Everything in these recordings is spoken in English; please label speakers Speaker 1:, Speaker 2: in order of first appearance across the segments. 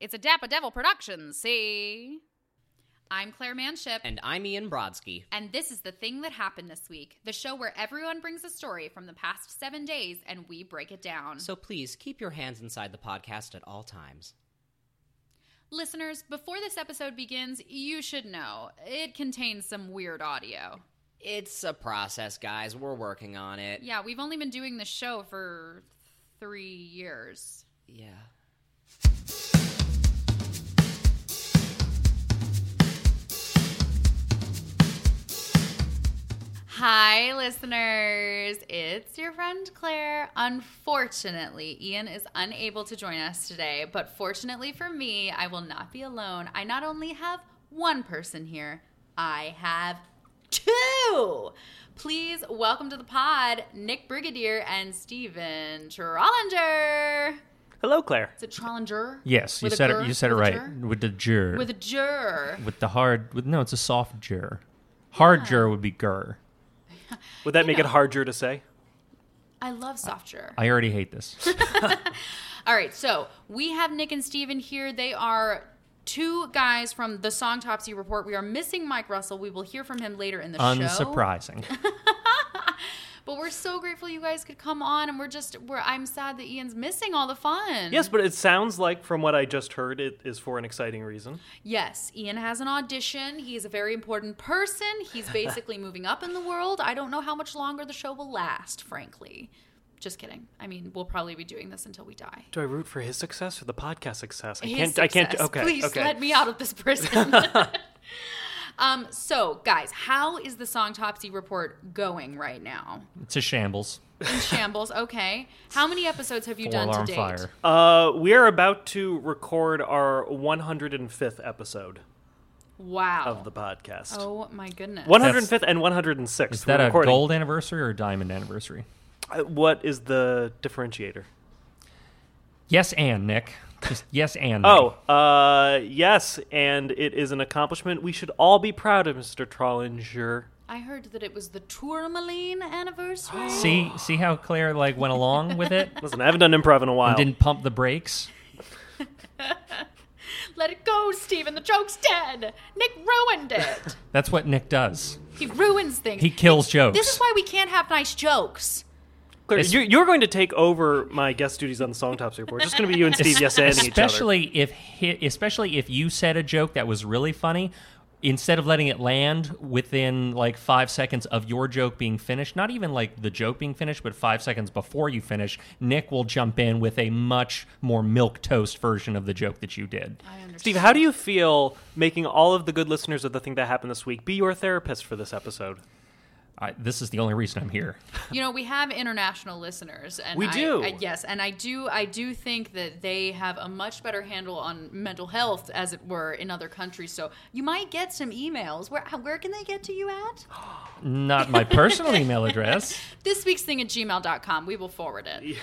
Speaker 1: It's a Dappa Devil production, see? I'm Claire Manship.
Speaker 2: And I'm Ian Brodsky.
Speaker 1: And this is The Thing That Happened This Week, the show where everyone brings a story from the past seven days and we break it down.
Speaker 2: So please keep your hands inside the podcast at all times.
Speaker 1: Listeners, before this episode begins, you should know it contains some weird audio.
Speaker 2: It's a process, guys. We're working on it.
Speaker 1: Yeah, we've only been doing this show for three years.
Speaker 2: Yeah.
Speaker 1: Hi, listeners. It's your friend Claire. Unfortunately, Ian is unable to join us today, but fortunately for me, I will not be alone. I not only have one person here, I have two. Please welcome to the pod Nick Brigadier and Steven Trollinger.
Speaker 3: Hello, Claire.
Speaker 1: Is it Trollinger?
Speaker 3: Yes, you
Speaker 1: With a
Speaker 3: said
Speaker 1: ger?
Speaker 3: it. You said it
Speaker 1: With a
Speaker 3: right
Speaker 1: ger?
Speaker 3: with the jur,
Speaker 1: With
Speaker 3: with,
Speaker 1: a jur.
Speaker 3: the hard. With, no, it's a soft jur. Hard jur would be gur.
Speaker 4: Would that make it harder to say?
Speaker 1: I love soft jur.
Speaker 3: I already hate this.
Speaker 1: All right, so we have Nick and Steven here. They are two guys from the Song Topsy Report. We are missing Mike Russell. We will hear from him later in the show.
Speaker 3: Unsurprising.
Speaker 1: But we're so grateful you guys could come on, and we're just we're I'm sad that Ian's missing all the fun.
Speaker 4: Yes, but it sounds like, from what I just heard, it is for an exciting reason.
Speaker 1: Yes, Ian has an audition. He's a very important person. He's basically moving up in the world. I don't know how much longer the show will last, frankly. Just kidding. I mean, we'll probably be doing this until we die.
Speaker 4: Do I root for his success or the podcast success? I
Speaker 1: His
Speaker 4: can't. I can't.
Speaker 1: success.
Speaker 4: Okay.
Speaker 1: Please
Speaker 4: okay.
Speaker 1: let me out of this prison. um, so, guys, how is the Song Topsy Report going right now?
Speaker 3: it's a shambles.
Speaker 1: In shambles, okay. How many episodes have you
Speaker 3: Four
Speaker 1: done to
Speaker 3: alarm
Speaker 1: date?
Speaker 3: fire.
Speaker 4: Uh, we are about to record our 105th episode
Speaker 1: Wow.
Speaker 4: of the podcast.
Speaker 1: oh my goodness.
Speaker 4: 105th and 106th.
Speaker 3: Is that
Speaker 4: We're
Speaker 3: a
Speaker 4: recording.
Speaker 3: gold anniversary or a diamond anniversary?
Speaker 4: Uh, What is the differentiator?
Speaker 3: Yes, and Nick. Just yes, and Nick.
Speaker 4: Oh, uh, yes, and it is an accomplishment we should all be proud of, Mr. Trollinger.
Speaker 1: I heard that it was the Tourmaline anniversary.
Speaker 3: See, see how Claire like went along with it
Speaker 4: Listen, I haven't done improv in a while.
Speaker 3: and didn't pump the brakes.
Speaker 1: Let it go, Steven. The joke's dead. Nick ruined it.
Speaker 3: That's what Nick does.
Speaker 1: he ruins things.
Speaker 3: He kills jokes.
Speaker 1: this is why we can't have nice jokes.
Speaker 4: Claire,
Speaker 3: Es-
Speaker 4: you're, you're going to take over my guest duties on the Song Tops Report. It's just going to be you and Steve yes and each other.
Speaker 3: especially if hi especially if you said a joke that was really funny instead of letting it land within like five seconds of your joke being finished not even like the joke being finished but five seconds before you finish nick will jump in with a much more milk toast version of the joke that you did
Speaker 1: I understand.
Speaker 4: Steve, how do you feel making all of the good listeners of the thing that happened this week be your therapist for this episode?
Speaker 3: I, this is the only reason i'm here
Speaker 1: You know, we have international listeners, and
Speaker 4: We
Speaker 1: I-
Speaker 4: do.
Speaker 1: I- yes, and I do. I do think that they have a much better handle on mental health, as it were, in other countries. So you might get some emails. Where where can they get to you at?
Speaker 3: not my personal email address
Speaker 1: This week's thing at gmail.com. We will forward it.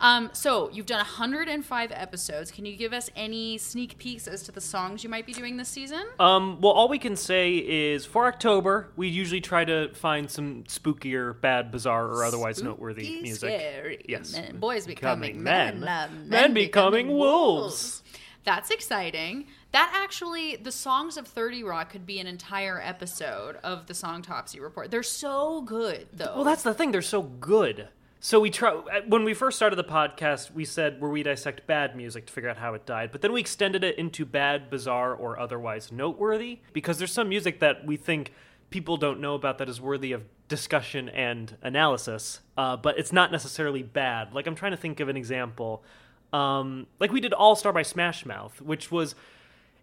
Speaker 1: Um, so you've done 105 episodes. Can you give us any sneak peeks as to the songs you might be doing this season?
Speaker 4: Um, well, all we can say is for October, we usually try to find some spookier, bad, bizarre, or otherwise noteworthy
Speaker 1: Spooky,
Speaker 4: music.
Speaker 1: Scary.
Speaker 4: Yes.
Speaker 1: Men- boys becoming
Speaker 4: Becoming
Speaker 1: men.
Speaker 4: men.
Speaker 1: uh,
Speaker 4: Men becoming wolves.
Speaker 1: That's exciting. That actually, the songs of 30 Rock could be an entire episode of the Song Topsy Report. They're so good, though.
Speaker 4: Well, that's the thing; they're so good. So we try uh, when we first started the podcast, we said where we dissect bad music to figure out how it died, but then we extended it into bad, bizarre, or otherwise noteworthy because there's some music that we think people don't know about that is worthy of discussion and analysis, uh, but it's not necessarily bad. Like I'm trying to think of an example, um, like we did All Star by Smash Mouth, which was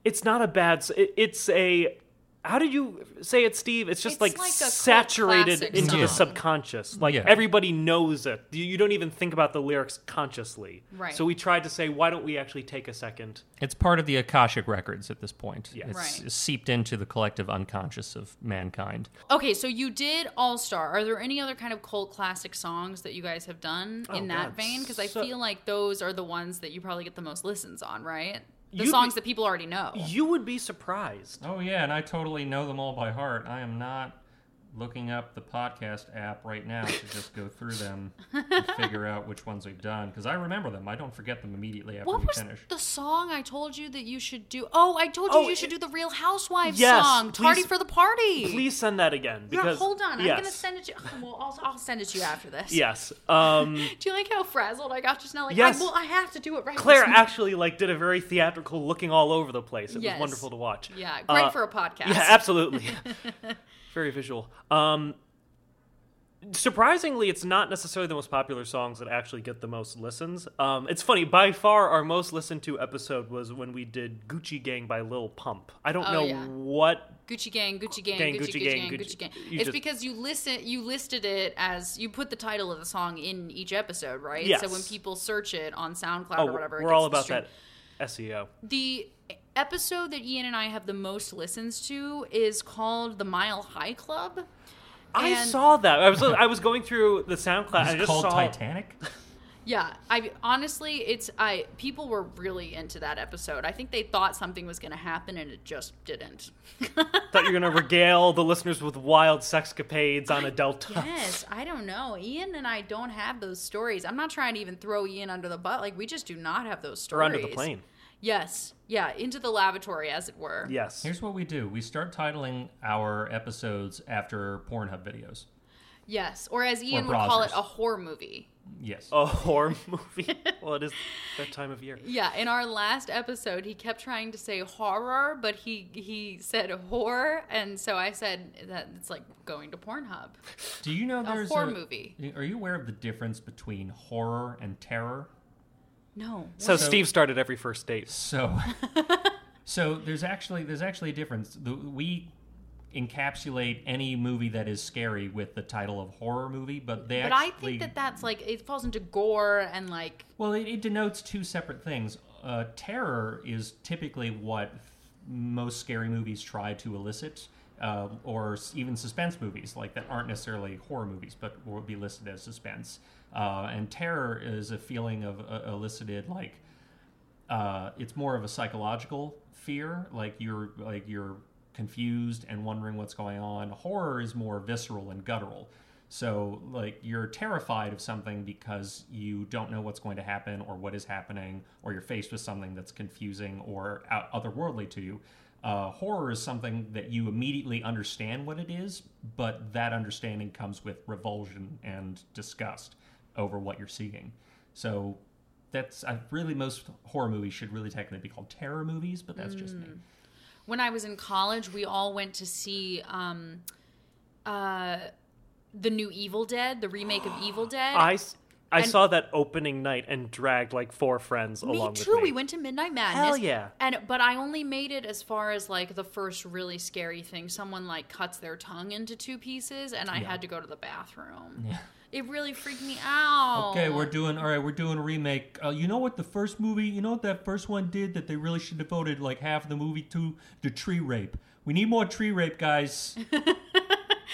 Speaker 4: it's not a bad s- it, it's a how did you say it steve it's just
Speaker 1: It's
Speaker 4: like,
Speaker 1: like a cult
Speaker 4: saturated
Speaker 1: classic
Speaker 4: into
Speaker 3: song.
Speaker 4: the subconscious like
Speaker 3: Yeah.
Speaker 4: everybody knows it you, you don't even think about the lyrics consciously
Speaker 1: Right.
Speaker 4: so we tried to say why don't we actually take a second
Speaker 3: It's part of the Akashic records at this point. It's
Speaker 1: Right.
Speaker 3: seeped into the collective unconscious of mankind.
Speaker 1: okay, so you did All Star. Are there any other kind of cult classic songs that you guys have done in
Speaker 4: Oh,
Speaker 1: that
Speaker 4: God,
Speaker 1: vein? Because I
Speaker 4: so-
Speaker 1: feel like those are the ones that you probably get the most listens on, right? The
Speaker 4: You'd
Speaker 1: songs
Speaker 4: be-
Speaker 1: that people already know.
Speaker 4: you would be surprised
Speaker 3: Oh yeah, and I totally know them all by heart. I am not looking up the podcast app right now to just go through them and figure out which ones we've done because I remember them. I don't forget them immediately after
Speaker 1: What
Speaker 3: we
Speaker 1: was
Speaker 3: finish.
Speaker 1: the song I told you that you should do? Oh, I told you
Speaker 4: Oh,
Speaker 1: you should
Speaker 4: it-
Speaker 1: do the Real Housewives
Speaker 4: Yes,
Speaker 1: song,
Speaker 4: please-
Speaker 1: "Tardy for the Party."
Speaker 4: Please send that again
Speaker 1: Yeah,
Speaker 4: because
Speaker 1: hold on. I'm
Speaker 4: yes.
Speaker 1: gonna send it to you. Well, I'll, I'll send it to you after this.
Speaker 4: Yes. Um,
Speaker 1: Do you like how frazzled I got just now? Like,
Speaker 4: Yes.
Speaker 1: I, well, I have to do it right.
Speaker 4: Claire
Speaker 1: this minute.
Speaker 4: actually like did a very theatrical looking all over the place. It
Speaker 1: Yes.
Speaker 4: was wonderful to watch.
Speaker 1: Yeah, great
Speaker 4: Uh,
Speaker 1: for a podcast.
Speaker 4: Yeah, absolutely. Very visual. Um, surprisingly, it's not necessarily the most popular songs that actually get the most listens. Um, it's funny. By far, our most listened to episode was when we did "Gucci Gang" by Lil Pump. I don't
Speaker 1: Oh,
Speaker 4: know
Speaker 1: yeah.
Speaker 4: what.
Speaker 1: Gucci gang, Gucci gang,
Speaker 4: Gang,
Speaker 1: Gucci,
Speaker 4: Gucci
Speaker 1: Gucci gang, Gucci
Speaker 4: gang, Gucci-
Speaker 1: gang.
Speaker 4: you
Speaker 1: It's
Speaker 4: just-
Speaker 1: because you listen, you listed it as you put the title of the song in each episode, right? So
Speaker 4: Yes.
Speaker 1: when people search it on SoundCloud
Speaker 4: Oh,
Speaker 1: or whatever, it
Speaker 4: we're
Speaker 1: gets
Speaker 4: all
Speaker 1: the
Speaker 4: about
Speaker 1: stream.
Speaker 4: that E SEO.
Speaker 1: The episode that Ian and I have the most listens to is called the Mile High Club.
Speaker 4: I
Speaker 1: And-
Speaker 4: saw that. I was I was going through the SoundCloud. I
Speaker 3: It's
Speaker 4: just
Speaker 3: called
Speaker 4: saw
Speaker 3: Titanic.
Speaker 1: Yeah, I honestly, it's I people were really into that episode. I think they thought something was going to happen and it just didn't.
Speaker 4: Thought you were gonna regale the listeners with wild sexcapades on a delta.
Speaker 1: yes, I don't know. Ian and I don't have those stories. I'm not trying to even throw Ian under the butt. Like we just do not have those
Speaker 4: Or
Speaker 1: stories.
Speaker 4: under the plane.
Speaker 1: Yes. Yeah, into the lavatory as it were.
Speaker 4: Yes.
Speaker 3: Here's what we do: we start titling our episodes after Pornhub videos.
Speaker 1: Yes, or as Ian
Speaker 3: Or
Speaker 1: would call it,
Speaker 3: browsers.
Speaker 1: a horror movie.
Speaker 3: Yes.
Speaker 1: Oh.
Speaker 4: a horror movie. well, it is that time of year.
Speaker 1: Yeah, in our last episode, he kept trying to say horror, but he he said horror, and so I said that it's like going to Pornhub.
Speaker 3: Do you know there's
Speaker 1: horror movie.
Speaker 3: Are you aware of the difference between horror and terror?
Speaker 1: No.
Speaker 4: So,
Speaker 3: So-
Speaker 4: Steve started every first date.
Speaker 3: So, so there's actually there's actually a difference. The, we encapsulate any movie that is scary with the title of horror movie, but they
Speaker 1: But I
Speaker 3: actually
Speaker 1: think that that's like it falls into gore and like
Speaker 3: well, it, it denotes two separate things. Uh, terror is typically what most scary movies try to elicit. Uh, or s- even suspense movies, like that aren't necessarily horror movies, but will be listed as suspense. Uh, and terror is a feeling of uh, elicited, like uh, it's more of a psychological fear like you're like you're confused and wondering what's going on horror is more visceral and guttural so like you're terrified of something because you don't know what's going to happen or what is happening or you're faced with something that's confusing or out- otherworldly to you uh, horror is something that you immediately understand what it is but that understanding comes with revulsion and disgust over what you're seeing so that's I really most horror movies should really technically be called terror movies, but that's just me.
Speaker 1: Mm. when I was in college, we all went to see um, uh, the new Evil Dead, the remake of Evil Dead.
Speaker 4: I, s- I
Speaker 1: And-
Speaker 4: saw that opening night and dragged like four friends
Speaker 1: me
Speaker 4: along
Speaker 1: too.
Speaker 4: with me.
Speaker 1: We went to Midnight Madness.
Speaker 4: Hell yeah.
Speaker 1: And but I only made it as far as like the first really scary thing. Someone like cuts their tongue into two pieces, and I had to go to the bathroom. It really freaked me out.
Speaker 3: Okay, we're doing all right. We're doing a remake. Uh, you know what the first movie? You know what that first one did that they really should have devoted like half the movie to the tree rape. We need more tree rape, guys.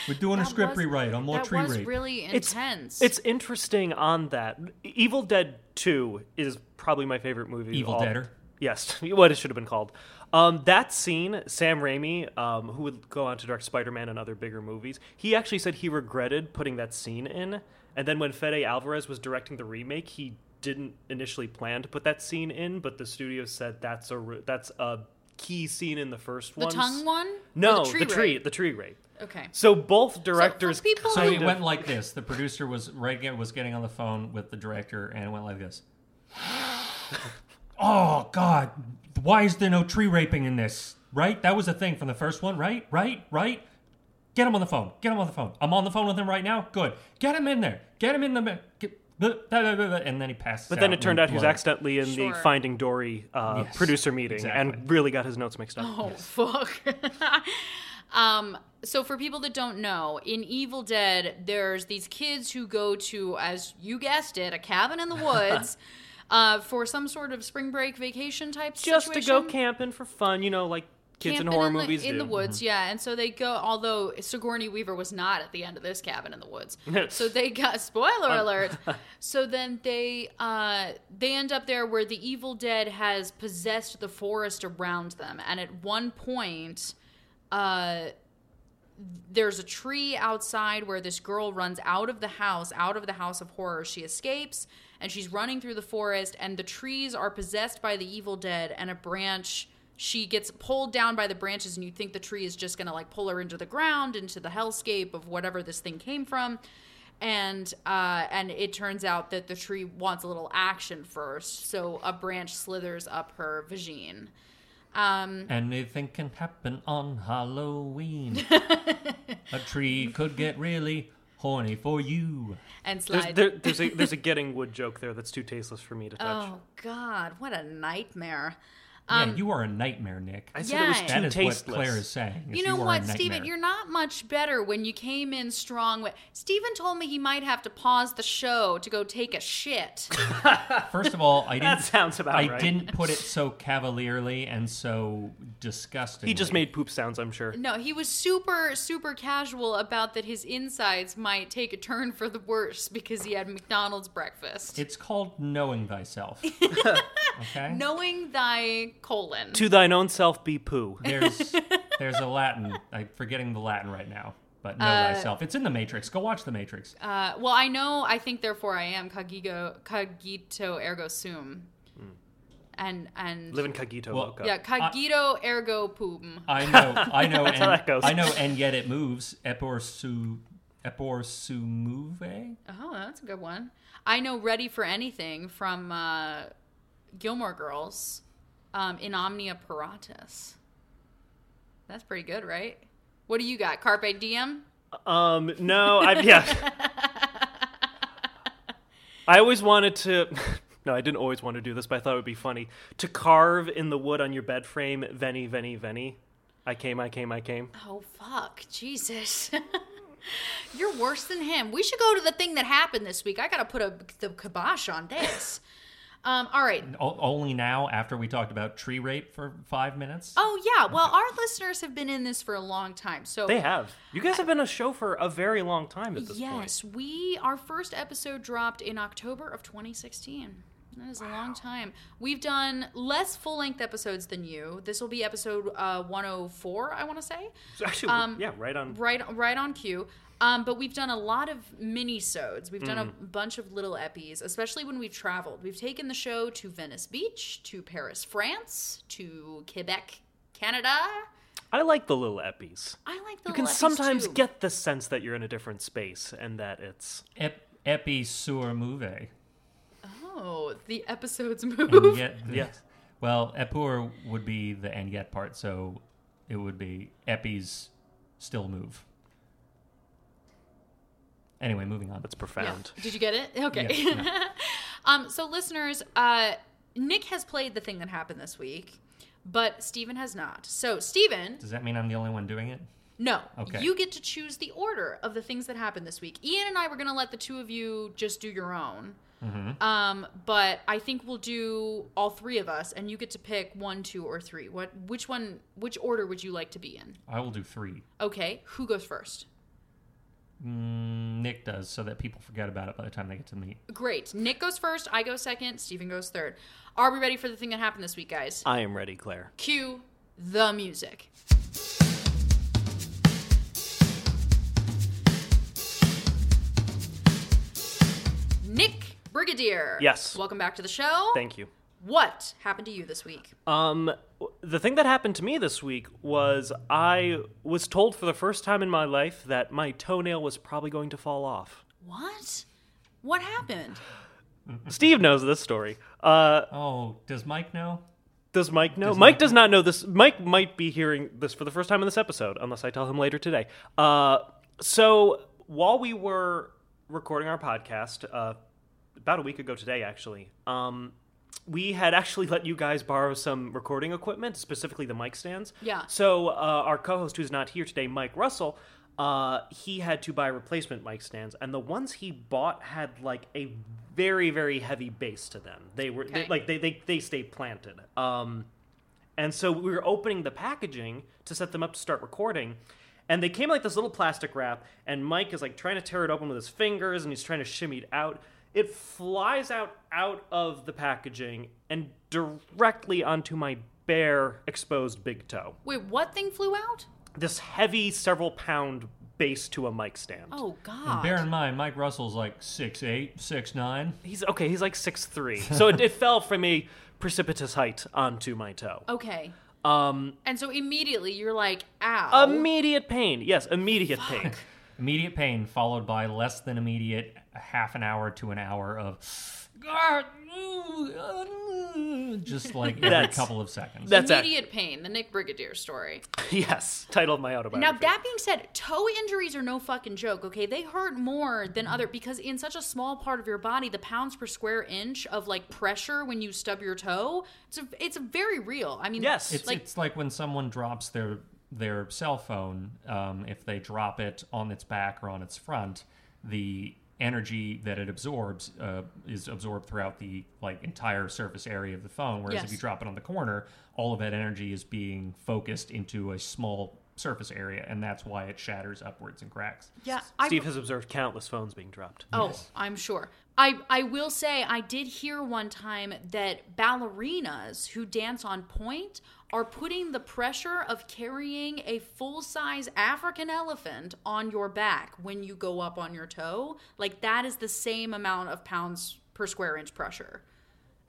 Speaker 3: we're doing a
Speaker 1: That
Speaker 3: script
Speaker 1: was-
Speaker 3: rewrite on more
Speaker 1: that
Speaker 3: tree
Speaker 1: was
Speaker 3: rape.
Speaker 1: really
Speaker 4: It's-
Speaker 1: intense.
Speaker 4: It's interesting on that. Evil Dead 2 is probably my favorite movie. of
Speaker 3: Evil
Speaker 4: all-
Speaker 3: Deader.
Speaker 4: Yes, what it should have been called. Um, that scene, Sam Raimi, um, who would go on to direct Spider Man and other bigger movies, he actually said he regretted putting that scene in. And then when Fede Alvarez was directing the remake, he didn't initially plan to put that scene in, but the studio said that's a re- that's a key scene in the first
Speaker 1: the
Speaker 4: one.
Speaker 1: tongue one. Or
Speaker 4: No,
Speaker 1: the tree.
Speaker 4: the tree,
Speaker 1: rape?
Speaker 4: the tree rape.
Speaker 1: Okay.
Speaker 4: So both directors
Speaker 1: people
Speaker 3: So
Speaker 1: who-
Speaker 3: it went like this. The producer was right again was getting on the phone with the director, and it went like this. oh God, why is there no tree raping in this? Right, that was a thing from the first one. Right, right, right. Get him on the phone. Get him on the phone. I'm on the phone with him right now. Good. Get him in there. Get him in the. Get, blah, blah, blah, blah, blah, and then he passes.
Speaker 4: But then it turned out he was
Speaker 3: accident.
Speaker 4: accidentally in
Speaker 1: Sure.
Speaker 4: the Finding Dory uh,
Speaker 3: Yes,
Speaker 4: producer meeting
Speaker 3: exactly.
Speaker 4: and really got his notes mixed up.
Speaker 1: Oh fuck. um so for people that don't know, in Evil Dead there's these kids who go to as you guessed it, a cabin in the woods uh for some sort of spring break vacation type
Speaker 4: Just to
Speaker 1: situation.
Speaker 4: go camping for fun, you know, like kids in
Speaker 1: Camping
Speaker 4: horror
Speaker 1: the-
Speaker 4: movies
Speaker 1: in
Speaker 4: do. Mm-hmm.
Speaker 1: the woods, yeah. And so they go. Although Sigourney Weaver was not at the end of this cabin in the woods, so they got
Speaker 4: Um,
Speaker 1: spoiler alert. so then they uh, they end up there where the evil dead has possessed the forest around them, and at one point, uh, there's a tree outside where this girl runs out of the house, out of the house of horror. She escapes and she's running through the forest, and the trees are possessed by the evil dead, and a branch. She gets pulled down by the branches, and you think the tree is just gonna like pull her into the ground, into the hellscape of whatever this thing came from. And uh, and it turns out that the tree wants a little action first, so a branch slithers up her vagine. Um,
Speaker 3: Anything can happen on Halloween. a tree could get really horny for you.
Speaker 1: and
Speaker 4: There's,
Speaker 1: slides.
Speaker 4: there, there's a there's a getting wood joke there that's too tasteless for me to touch.
Speaker 1: Oh God, what a nightmare!
Speaker 3: yeah, you are a nightmare, Nick.
Speaker 4: Um, I said it was
Speaker 1: yeah.
Speaker 4: too
Speaker 3: that is
Speaker 4: tasteless.
Speaker 3: what Claire is saying. is
Speaker 1: you know
Speaker 3: are a
Speaker 1: what,
Speaker 3: nightmare.
Speaker 1: Steven? You're not much better when you came in strong. With Steven told me he might have to pause the show to go take a shit.
Speaker 3: First of all, I didn't.
Speaker 4: That sounds about
Speaker 3: I
Speaker 4: right.
Speaker 3: didn't put it so cavalierly and so disgusting.
Speaker 4: He just made poop sounds, I'm sure.
Speaker 1: no, he was super, super casual about that. His insides might take a turn for the worse because he had McDonald's breakfast.
Speaker 3: It's called knowing thyself. okay.
Speaker 1: Knowing thy colon.
Speaker 4: To thine own self be poo.
Speaker 3: There's there's a Latin. I'm forgetting the Latin right now. But know thyself. It's in the Matrix. Go watch the Matrix.
Speaker 1: Uh, well, I know. I think therefore I am cogito, cogito ergo sum,
Speaker 3: Hmm.
Speaker 1: and and
Speaker 4: Live in cogito
Speaker 3: Well,
Speaker 4: loco.
Speaker 1: yeah, cogito ergo pum.
Speaker 3: I know. I know. and,
Speaker 4: how that goes.
Speaker 3: I know. And yet it moves. Epor su. Epor su move.
Speaker 1: Oh, that's a good one. I know "Ready for Anything" from uh, Gilmore Girls, um, in Omnia Paratus. That's pretty good, right? What do you got? Carpe diem.
Speaker 4: Um, no, I yeah. I always wanted to. No, I didn't always want to do this, but I thought it would be funny to carve in the wood on your bed frame. Veni, veni, veni. I came, I came, I came.
Speaker 1: Oh fuck, Jesus. You're worse than him. We should go to the thing that happened this week. I gotta put a the kibosh on this. Um, all right.
Speaker 3: O- only now after we talked about tree rape for five minutes.
Speaker 1: Oh yeah. Well, our listeners have been in this for a long time. So
Speaker 4: They have. You guys have been a show for a very long time at this
Speaker 1: yes, we our first episode dropped in October of 2016. That is a long time. We've done less full length episodes than you. This will be episode uh, 104, I want to say.
Speaker 4: point. So actually,
Speaker 1: Um,
Speaker 4: yeah, right on.
Speaker 1: right right on cue um, but we've done a lot of mini-sodes. We've done a
Speaker 4: Mm.
Speaker 1: bunch of little eppies, especially when we've traveled. We've taken the show to Venice Beach, to Paris, France, to Quebec, Canada.
Speaker 4: I like the little eppies.
Speaker 1: I like the
Speaker 4: You
Speaker 1: little
Speaker 4: can
Speaker 1: eppies,
Speaker 4: sometimes
Speaker 1: too.
Speaker 4: get the sense that you're in a different space and that it's.
Speaker 3: Ep- epi sur move.
Speaker 1: oh the episodes
Speaker 4: Oh,
Speaker 3: And
Speaker 1: move.
Speaker 3: yet,
Speaker 4: Yes.
Speaker 3: Well, epur would be the and yet part, so it would be epi's still move. Anyway, moving on.
Speaker 4: That's
Speaker 1: Yeah.
Speaker 4: profound.
Speaker 1: Did you get it? Okay.
Speaker 3: Yeah,
Speaker 1: um, so listeners, uh, Nick has played the thing that happened this week, but Steven has not. So Steven,
Speaker 3: Does that mean I'm the only one doing it?
Speaker 1: No.
Speaker 3: Okay.
Speaker 1: You get to choose the order of the things that happened this week. Ian and I were going to let the two of you just do your own.
Speaker 3: Mm-hmm.
Speaker 1: Um, but I think we'll do all three of us, and you get to pick one, two, or three. What? Which one? Which order would you like to be in?
Speaker 3: I will do three.
Speaker 1: Okay. Who goes first?
Speaker 3: Mm, Nick does, so that people forget about it by the time they get to me.
Speaker 1: Great. Nick goes first. I go second. Steven goes third. Are we ready for the thing that happened this week, guys?
Speaker 4: I am ready, Claire.
Speaker 1: Cue the music. Nick Brigadier.
Speaker 4: Yes.
Speaker 1: Welcome back to the show.
Speaker 4: Thank you.
Speaker 1: What happened to you this week?
Speaker 4: Um, w- the thing that happened to me this week was I was told for the first time in my life that my toenail was probably going to fall off.
Speaker 1: What? What happened?
Speaker 4: Steve knows this story. Uh,
Speaker 3: Oh, does Mike know?
Speaker 4: does Mike know? Mike does not know this. Mike might be hearing this for the first time in this episode, unless I tell him later today. Uh, so while we were recording our podcast, uh, about a week ago today, actually, um, we had actually let you guys borrow some recording equipment, specifically the mic stands.
Speaker 1: Yeah.
Speaker 4: So uh, our co-host, who's not here today, Mike Russell, uh, he had to buy replacement mic stands, and the ones he bought had like a very very heavy bass to them. They were they-
Speaker 1: Okay.
Speaker 4: like they, they they stay planted. Um, and so we were opening the packaging to set them up to start recording. And they came in, like this little plastic wrap, and Mike is like trying to tear it open with his fingers and he's trying to shimmy it out. It flies out out of the packaging and directly onto my bare exposed big toe.
Speaker 1: Wait, what thing flew out?
Speaker 4: this heavy, several pound bass to a mic stand.
Speaker 1: Oh God.
Speaker 3: Bear in mind, Mike Russell's like six eight, six nine.
Speaker 4: He's okay. He's like six three, so it, it fell from a precipitous height onto my toe.
Speaker 1: okay.
Speaker 4: Um,
Speaker 1: And so immediately you're like, ow.
Speaker 4: immediate pain. Yes, immediate pain.
Speaker 3: Immediate pain followed by less than immediate a half an hour to an hour of "Gah, ooh, uh, ooh," just like every
Speaker 4: That's-
Speaker 3: couple of seconds.
Speaker 4: that's a-
Speaker 1: immediate pain. The Nick Brigadier story.
Speaker 4: yes, title of my
Speaker 1: Now
Speaker 4: autobiography.
Speaker 1: that being said, toe injuries are no fucking joke. Okay, they hurt more than other because in such a small part of your body, the pounds per square inch of like pressure when you stub your toe, it's a, it's very real. I mean,
Speaker 4: Yes.
Speaker 3: it's
Speaker 1: like
Speaker 3: it's like when someone drops their their cell phone um, if they drop it on its back or on its front the energy that it absorbs uh, is absorbed throughout the like entire surface area of the phone whereas
Speaker 1: Yes.
Speaker 3: if you drop it on the corner all of that energy is being focused into a small surface area and that's why it shatters upwards and cracks
Speaker 1: yeah, I
Speaker 4: Steve has observed countless phones being dropped.
Speaker 1: Oh, I'm sure. I, I will say I did hear one time that ballerinas who dance on point are putting the pressure of carrying a full size African elephant on your back when you go up on your toe. Like that is the same amount of pounds per square inch pressure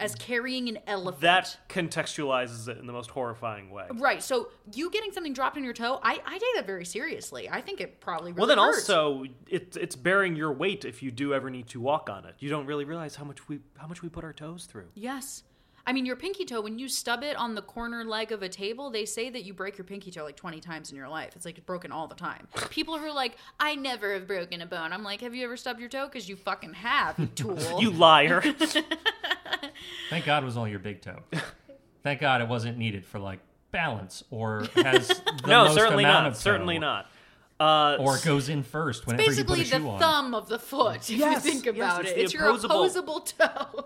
Speaker 1: as carrying an elephant.
Speaker 4: That contextualizes it in the most horrifying way.
Speaker 1: right. So you getting something dropped on your toe, I, I take that very seriously. I think it probably really
Speaker 4: Well, then
Speaker 1: hurts.
Speaker 4: also it, it's bearing your weight if you do ever need to walk on it. You don't really realize how much we how much we put our toes through.
Speaker 1: Yes. I mean, your pinky toe, when you stub it on the corner leg of a table, they say that you break your pinky toe like 20 times in your life. It's like it's broken all the time. People who are like, I never have broken a bone. I'm like, have you ever stubbed your toe? Because you fucking have, you tool.
Speaker 4: You liar.
Speaker 3: thank god it was only your big toe thank god it wasn't needed for like balance or has the
Speaker 4: no,
Speaker 3: most
Speaker 4: certainly
Speaker 3: amount
Speaker 4: not.
Speaker 3: of toe,
Speaker 4: Certainly not. Uh,
Speaker 3: or goes in first whenever
Speaker 1: Basically,
Speaker 3: you put a
Speaker 1: the
Speaker 3: shoe on
Speaker 1: thumb of the foot, if
Speaker 4: Yes,
Speaker 1: you think
Speaker 4: yes,
Speaker 1: about
Speaker 4: it's
Speaker 1: it.
Speaker 4: the
Speaker 1: It's your opposable
Speaker 4: opposable-
Speaker 1: toe.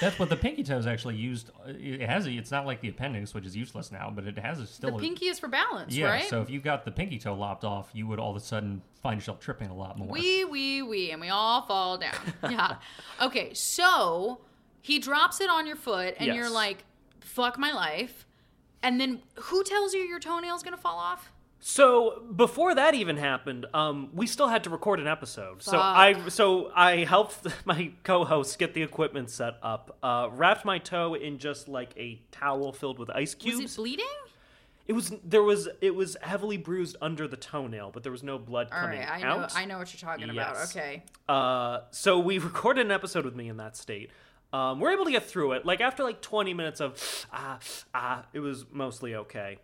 Speaker 3: That's what the pinky toe is actually used. It has. a- It's not like the appendix, which is useless now, but it has a still.
Speaker 1: the
Speaker 3: a-
Speaker 1: pinky is for balance,
Speaker 3: yeah.
Speaker 1: right?
Speaker 3: So if you got the pinky toe lopped off, you would all of a sudden find yourself tripping a lot more.
Speaker 1: Wee, wee, wee, and we all fall down. Yeah. Okay, so he drops it on your foot, and you're
Speaker 4: Yes.
Speaker 1: like, fuck my life. And then who tells you your toenail's gonna fall off?
Speaker 4: So before that even happened, um, we still had to record an episode. So I so I helped my co-host get the equipment set up. Uh, wrapped my toe in just like a towel filled with ice
Speaker 1: Was
Speaker 4: cubes.
Speaker 1: it bleeding?
Speaker 4: It was there was it was heavily bruised under the toenail, but there was no blood
Speaker 1: All
Speaker 4: coming
Speaker 1: right, I know,
Speaker 4: out.
Speaker 1: I know what you're talking about.
Speaker 4: Yes.
Speaker 1: Okay.
Speaker 4: Uh, so we recorded an episode with me in that state. Um, we're able to get through it. Like after like 20 minutes of ah ah, it was mostly okay.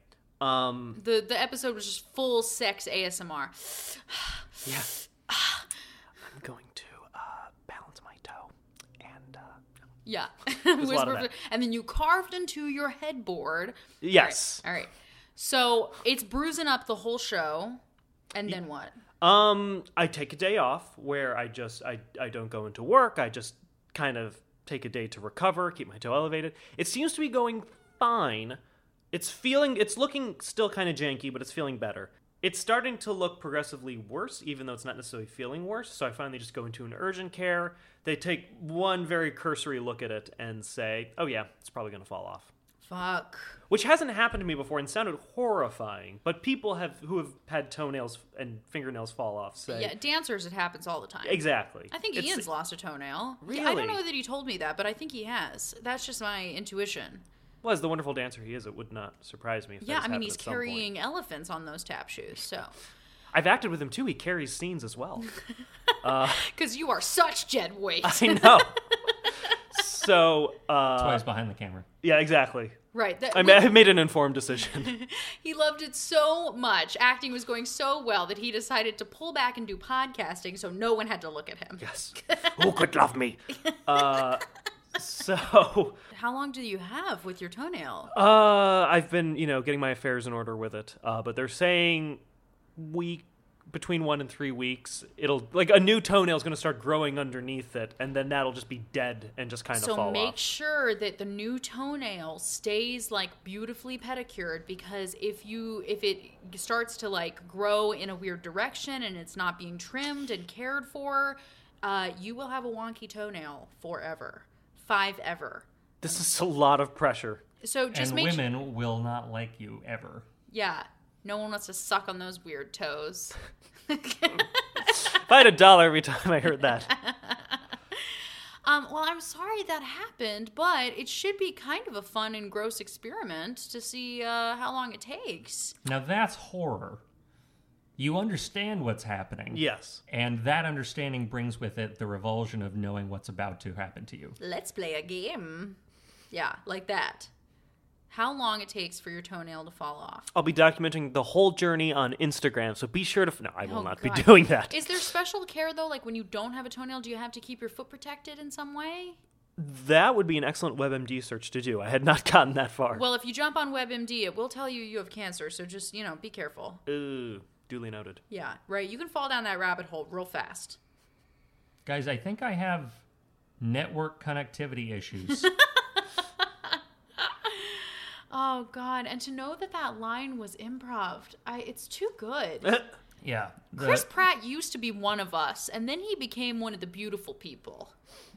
Speaker 4: Um,
Speaker 1: The the episode was just full sex ASMR.
Speaker 4: yeah, I'm going to uh, balance my toe and. Uh,
Speaker 1: Yeah.
Speaker 4: a lot of that.
Speaker 1: And then you carved into your headboard.
Speaker 4: Yes.
Speaker 1: All right. So it's bruising up the whole show. And then what?
Speaker 4: Um, I take a day off where I just I I don't go into work. I just kind of take a day to recover, keep my toe elevated. It seems to be going fine. It's feeling it's looking still kind of janky, but it's feeling better. It's starting to look progressively worse, even though it's not necessarily feeling worse. So I finally just go into an urgent care. They take one very cursory look at it and say, "Oh yeah, it's probably going to fall off."
Speaker 1: Fuck.
Speaker 4: which hasn't happened to me before and sounded horrifying. But people have who have had toenails and fingernails fall off say
Speaker 1: Yeah, dancers, it happens all the time.
Speaker 4: Uh, exactly.
Speaker 1: I think
Speaker 4: It's-
Speaker 1: Ian's lost a toenail. Yeah, I don't
Speaker 4: Really?
Speaker 1: know that he told me that, but I think he has. That's just my intuition.
Speaker 4: well, as the wonderful dancer he is, it would not surprise me. If
Speaker 1: yeah,
Speaker 4: that's
Speaker 1: I mean,
Speaker 4: happened
Speaker 1: he's
Speaker 4: at some point.
Speaker 1: carrying elephants on those tap shoes, so.
Speaker 4: I've acted with him too. He carries scenes as well.
Speaker 1: Because you are such Jed Waite.
Speaker 4: I know. so uh,
Speaker 3: Twice behind the camera.
Speaker 4: yeah, exactly.
Speaker 1: right. That,
Speaker 4: I, ma- I made an informed decision.
Speaker 1: he loved it so much. Acting was going so well that he decided to pull back and do podcasting so no one had to look at him.
Speaker 4: yes. Who could love me? Uh, so
Speaker 1: How long do you have with your toenail?
Speaker 4: Uh, I've been, you know, getting my affairs in order with it. Uh, but they're saying week between one and three weeks, it'll like a new toenail's going to start growing underneath it, and then that'll just be dead and just kind of
Speaker 1: So
Speaker 4: fall
Speaker 1: make
Speaker 4: off.
Speaker 1: sure that the new toenail stays like beautifully pedicured because if you if it starts to like grow in a weird direction and it's not being trimmed and cared for, uh, you will have a wonky toenail forever, five ever.
Speaker 4: this is a lot of pressure.
Speaker 1: So just
Speaker 3: and
Speaker 1: make
Speaker 3: women will not like you ever.
Speaker 1: Yeah. No one wants to suck on those weird toes.
Speaker 4: If I had a dollar every time I heard that.
Speaker 1: Um, well, I'm sorry that happened, but it should be kind of a fun and gross experiment to see uh, how long it takes.
Speaker 3: Now that's horror. You understand what's happening.
Speaker 4: yes.
Speaker 3: And that understanding brings with it the revulsion of knowing what's about to happen to you.
Speaker 1: Let's play a game. Yeah, like that. How long it takes for your toenail to fall off.
Speaker 4: I'll be documenting the whole journey on Instagram, so be sure to. F- no, I will
Speaker 1: Oh,
Speaker 4: not be
Speaker 1: God.
Speaker 4: doing that.
Speaker 1: Is there special care though? Like when you don't have a toenail, do you have to keep your foot protected in some way?
Speaker 4: that would be an excellent WebMD search to do. I had not gotten that far.
Speaker 1: Well, if you jump on WebMD, it will tell you you have cancer, so just, you know, be careful.
Speaker 4: Ooh, duly noted.
Speaker 1: Yeah, right. You can fall down that rabbit hole real fast.
Speaker 3: Guys, I think I have network connectivity issues.
Speaker 1: Oh god, and to know that that line was improv, I it's too good.
Speaker 3: yeah. the-
Speaker 1: Chris Pratt used to be one of us, and then he became one of the beautiful people.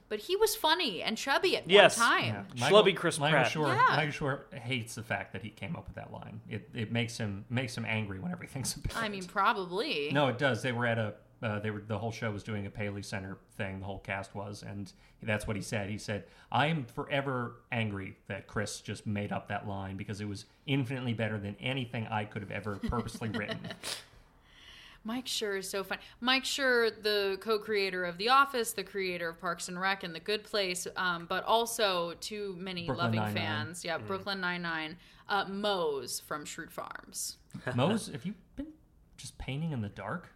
Speaker 1: But he was funny and chubby at
Speaker 4: Yes.
Speaker 1: one time.
Speaker 3: yeah,
Speaker 4: Schlubby Chris
Speaker 3: Michael
Speaker 4: Pratt.
Speaker 3: Schur,
Speaker 1: Yeah.
Speaker 3: Michael Schur hates the fact that he came up with that line. It, it makes him makes him angry when everything's about.
Speaker 1: I mean, probably.
Speaker 3: No, it does. They were at a uh, they were the whole show was doing a Paley Center thing. The whole cast was, and that's what he said. He said, "I am forever angry that Chris just made up that line because it was infinitely better than anything I could have ever purposely written."
Speaker 1: Mike Schur is so fun. Mike Schur, the co-creator of The Office, the creator of Parks and Rec and The Good Place, um, but also too many
Speaker 3: Brooklyn
Speaker 1: loving
Speaker 3: Nine-Nine. Mm-hmm.
Speaker 1: fans. Yeah, Brooklyn Nine Nine, uh, Moe's from Shrewd Farms.
Speaker 3: Mose, have you been just painting in the dark?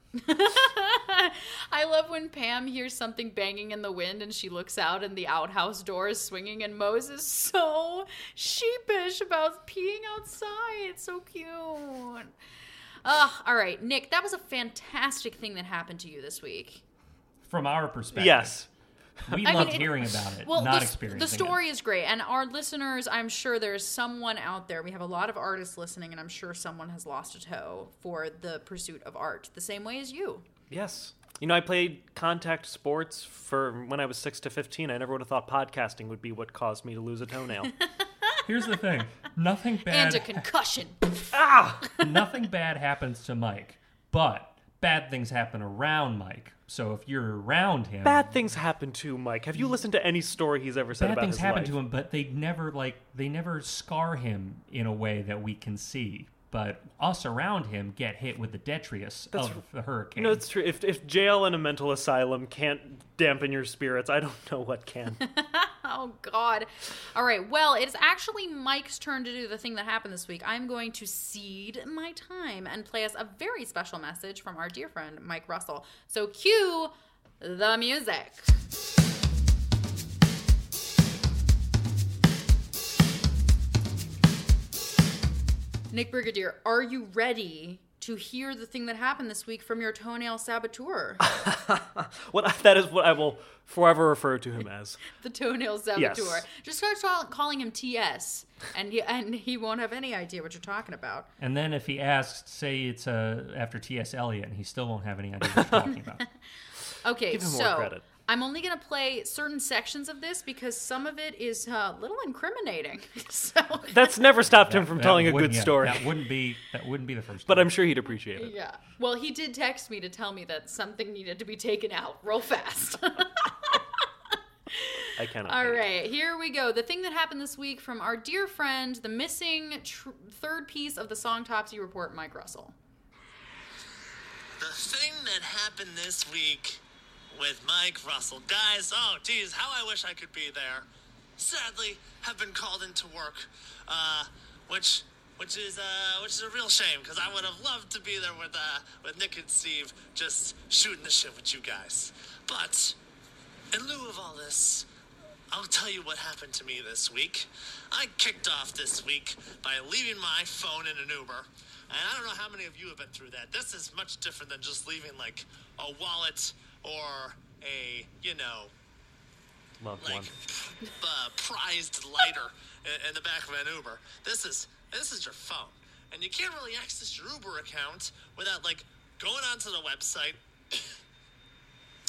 Speaker 1: I love when Pam hears something banging in the wind and she looks out and the outhouse door is swinging and Mose is so sheepish about peeing outside. It's so cute. Ugh, all right, Nick, that was a fantastic thing that happened to you this week.
Speaker 3: From our perspective,
Speaker 4: Yes.
Speaker 3: we
Speaker 1: I mean,
Speaker 3: loved
Speaker 1: it-
Speaker 3: hearing about it,
Speaker 1: Well,
Speaker 3: not
Speaker 1: the, s-
Speaker 3: experiencing
Speaker 1: the
Speaker 3: it.
Speaker 1: story is great, and our listeners, I'm sure there's someone out there. We have a lot of artists listening, and I'm sure someone has lost a toe for the pursuit of art, the same way as you.
Speaker 4: Yes. You know, I played contact sports for when I was 6 to 15. I never would have thought podcasting would be what caused me to lose a toenail.
Speaker 3: Here's the thing: nothing bad
Speaker 1: And a concussion.
Speaker 3: nothing bad happens to Mike, but bad things happen around Mike. So if you're around him,
Speaker 4: Bad things happen to Mike. Have you listened to any story he's ever said
Speaker 3: bad
Speaker 4: about
Speaker 3: things
Speaker 4: his
Speaker 3: happen
Speaker 4: life?
Speaker 3: to him, but they never like they never scar him in a way that we can see. But us around him get hit with the detritus
Speaker 4: That's
Speaker 3: of the hurricane.
Speaker 4: No, it's true. If, if jail and a mental asylum can't dampen your spirits, I don't know what can.
Speaker 1: Oh God! All right. Well, it is actually Mike's turn to do the thing that happened this week. I'm going to cede my time and play us a very special message from our dear friend Mike Russell. So cue the music. Nick Brigadier, are you ready to hear the thing that happened this week from your toenail saboteur?
Speaker 4: what that is what I will forever refer to him as.
Speaker 1: the toenail saboteur.
Speaker 4: Yes.
Speaker 1: Just start call- calling him TS, and he, and he won't have any idea what you're talking about.
Speaker 3: and then if he asks, say it's uh, after T.S. Eliot, and he still won't have any idea what you're talking about.
Speaker 1: Okay,
Speaker 4: Give him more
Speaker 1: so
Speaker 4: credit.
Speaker 1: I'm only going to play certain sections of this because some of it is uh, a little incriminating. so
Speaker 4: That's never stopped him from
Speaker 3: That
Speaker 4: telling a
Speaker 3: wouldn't-
Speaker 4: good
Speaker 3: yeah,
Speaker 4: story.
Speaker 3: That wouldn't be that wouldn't be the first.
Speaker 4: but
Speaker 3: time.
Speaker 4: I'm sure he'd appreciate it.
Speaker 1: yeah. Well, he did text me to tell me that something needed to be taken out real fast.
Speaker 4: I cannot.
Speaker 1: All
Speaker 4: wait.
Speaker 1: right, here we go. The thing that happened this week from our dear friend, the missing tr- third piece of the Songtopsy report, Mike Russell.
Speaker 5: The thing that happened this week with Mike Russell. Guys, oh, geez, how I wish I could be there. Sadly, have been called into work, uh, which which is uh, which is a real shame because I would have loved to be there with uh, with Nick and Steve just shooting the shit with you guys. But in lieu of all this, I'll tell you what happened to me this week. I kicked off this week by leaving my phone in an Uber. And I don't know how many of you have been through that. This is much different than just leaving like a wallet or a, you know,
Speaker 4: Loved one.
Speaker 5: like p- uh, prized lighter in, in the back of an Uber. This is this is your phone, and you can't really access your Uber account without like going onto the website.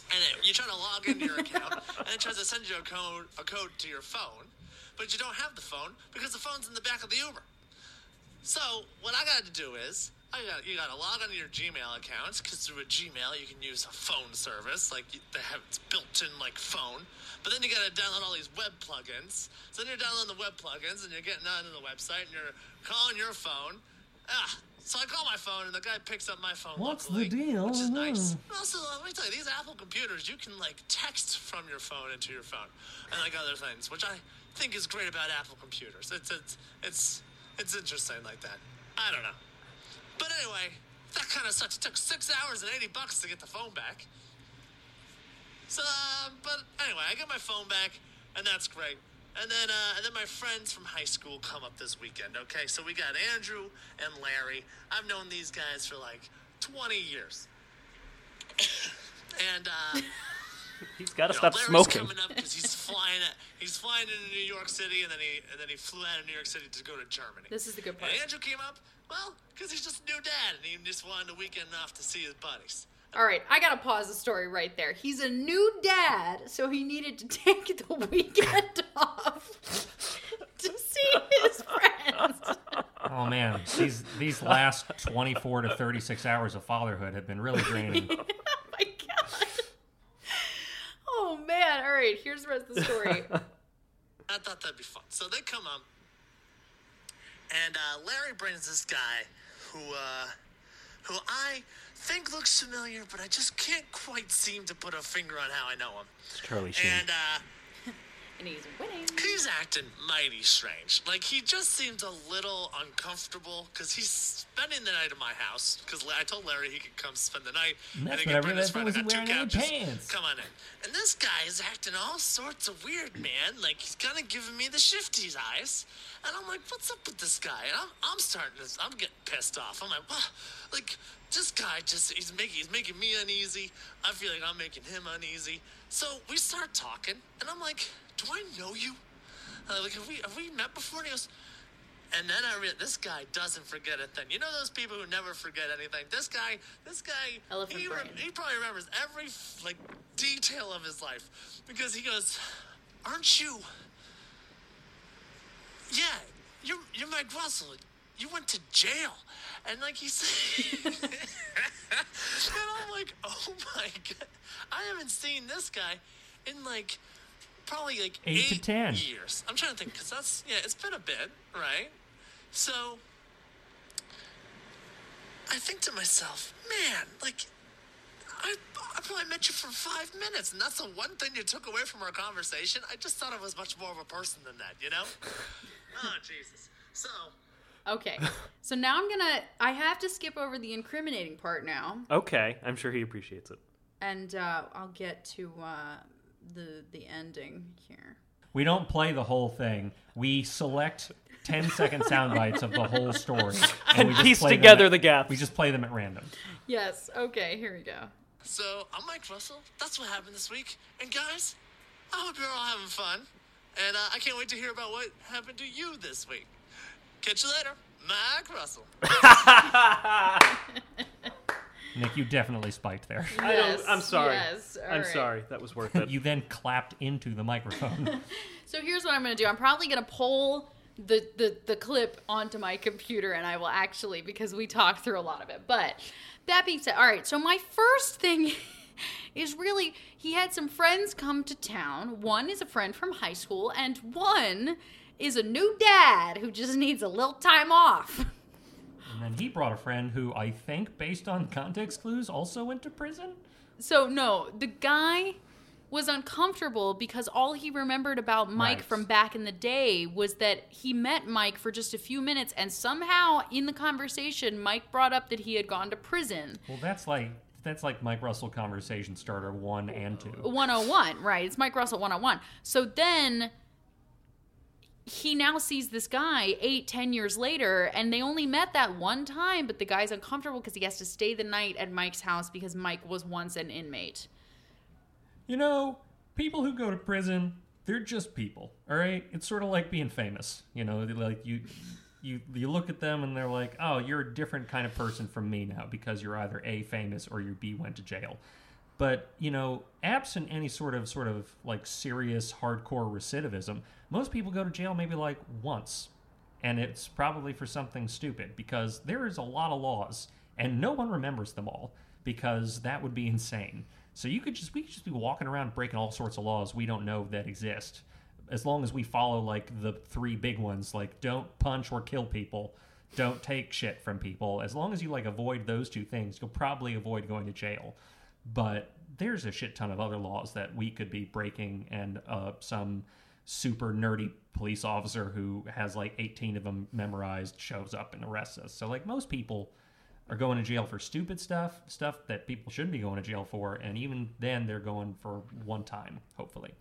Speaker 5: And it, you try to log into your account, and it tries to send you a code a code to your phone, but you don't have the phone because the phone's in the back of the Uber. So what I got to do is, I got you got to log onto your Gmail account because through a Gmail you can use a phone service like you- they have it's built in like phone. But then you got to download all these web plugins. So then you're downloading the web plugins and you're getting onto the website and you're calling your phone. Ah, so I call my phone and the guy picks up my phone.
Speaker 3: What's the
Speaker 5: luckily,
Speaker 3: deal?
Speaker 5: Which is nice.
Speaker 3: Mm.
Speaker 5: Also, let me tell you, these Apple computers, you can like text from your phone into your phone, and like other things, which I think is great about Apple computers. It's it's it's it's interesting like that. I don't know, but anyway, that kind of sucks. It took six hours and eighty bucks to get the phone back. So, uh, but anyway, I got my phone back, and that's great. And then, uh, and then my friends from high school come up this weekend. Okay, so we got Andrew and Larry. I've known these guys for like 20 years, and uh,
Speaker 4: He's got to
Speaker 5: you know,
Speaker 4: stop
Speaker 5: Larry's
Speaker 4: smoking.
Speaker 5: coming up because he's flying. He's flying into New York City, and then he and then he flew out of New York City to go to Germany.
Speaker 1: This is the good part.
Speaker 5: And Andrew came up, well, because he's just a new dad, and he just wanted a weekend off to see his buddies.
Speaker 1: All right, I gotta pause the story right there. He's a new dad, so he needed to take the weekend off to see his friends.
Speaker 3: Oh man, these these last 24 to 36 hours of fatherhood have been really draining.
Speaker 1: Oh my god. Oh man. All right, here's the rest of the story.
Speaker 5: I thought that'd be fun. So they come up, and uh, Larry brings this guy who, uh, who I think looks familiar, but I just can't quite seem to put a finger on how I know him.
Speaker 4: Charlie
Speaker 5: And uh,
Speaker 1: And he's winning.
Speaker 5: he's acting mighty strange. Like he just seems a little uncomfortable because he's spending the night at my house. Because I told Larry he could come spend the night.
Speaker 3: And that's
Speaker 5: he
Speaker 3: what
Speaker 5: could
Speaker 3: I
Speaker 5: bring his
Speaker 3: realized, I
Speaker 5: friend.
Speaker 3: wasn't
Speaker 5: got two
Speaker 3: wearing any
Speaker 5: couches.
Speaker 3: pants.
Speaker 5: Come on in. And this guy is acting all sorts of weird, man. Like he's kind of giving me the shifty eyes. And I'm like, what's up with this guy? And I'm, I'm starting to, I'm getting pissed off. I'm like, what? Like this guy just, he's making, he's making me uneasy. I feel like I'm making him uneasy. So we start talking, and I'm like, do I know you? Uh, like, have we, have we met before? And he goes, and then I read this guy doesn't forget a thing. You know those people who never forget anything. This guy, this guy,
Speaker 1: Elephant
Speaker 5: he,
Speaker 1: brain.
Speaker 5: he probably remembers every like detail of his life because he goes, "Aren't you? Yeah, you're you're Mike Russell. You went to jail." And like he said, and I'm like, "Oh my god, I haven't seen this guy in like." Probably like
Speaker 3: Eight to 10.
Speaker 5: years. I'm trying to think because that's yeah, it's been a bit, right? So I think to myself, man, like I, I probably met you for five minutes, and that's the one thing you took away from our conversation. I just thought I was much more of a person than that, you know? oh Jesus! So
Speaker 1: Okay. So now I'm gonna I have to skip over the incriminating part now.
Speaker 4: Okay, I'm sure he appreciates it.
Speaker 1: And uh, I'll get to uh, the the ending here.
Speaker 3: We don't play the whole thing. We select 10 second sound bites of the whole story
Speaker 4: And
Speaker 3: we just
Speaker 4: piece
Speaker 3: play them
Speaker 4: together
Speaker 3: at-
Speaker 4: the gaps.
Speaker 3: We just play them at random.
Speaker 1: Yes. Okay. Here we go.
Speaker 5: so I'm Mike Russell. That's what happened this week. And guys, I hope you're all having fun, and uh, I can't wait to hear about what happened to you this week. Catch you later, Mike Russell.
Speaker 3: Nick, you definitely spiked there.
Speaker 4: I
Speaker 1: Yes,
Speaker 4: don't, I'm sorry.
Speaker 1: yes, all
Speaker 4: I'm
Speaker 1: right.
Speaker 4: sorry. That was worth it.
Speaker 3: You then clapped into the microphone.
Speaker 1: So here's what I'm gonna do. I'm probably gonna pull the, the the clip onto my computer, and I will actually because we talked through a lot of it. But that being said, all right. So my first thing is really he had some friends come to town. One is a friend from high school, and one is a new dad who just needs a little time off.
Speaker 3: and then he brought a friend who I think, based on context clues, also went to prison.
Speaker 1: So no, the guy was uncomfortable because all he remembered about Mike
Speaker 3: Right.
Speaker 1: from back in the day was that he met Mike for just a few minutes and somehow in the conversation Mike brought up that he had gone to prison.
Speaker 3: Well, that's like that's like Mike Russell conversation starter one and two.
Speaker 1: 101, right? It's Mike Russell 101. So then he now sees this guy eight, ten years later, and they only met that one time, but the guy's uncomfortable because he has to stay the night at Mike's house because Mike was once an inmate.
Speaker 3: You know, people who go to prison, they're just people. All right, it's sort of like being famous. You know, they're like you. You, you look at them and they're like, oh, you're a different kind of person from me now because you're either A, famous or you're B, went to jail. But, you know, absent any sort of sort of like serious hardcore recidivism, most people go to jail maybe like once and it's probably for something stupid because there is a lot of laws and no one remembers them all because that would be insane. So you could just we could just be walking around breaking all sorts of laws we don't know that exist as long as we follow like the three big ones like don't punch or kill people, don't take shit from people. As long as you like avoid those two things, you'll probably avoid going to jail. But there's a shit ton of other laws that we could be breaking and uh, some super nerdy police officer who has like 18 of them memorized shows up and arrests us. So, like, most people are going to jail for stupid stuff, stuff that people shouldn't be going to jail for, and even then they're going for one time, hopefully.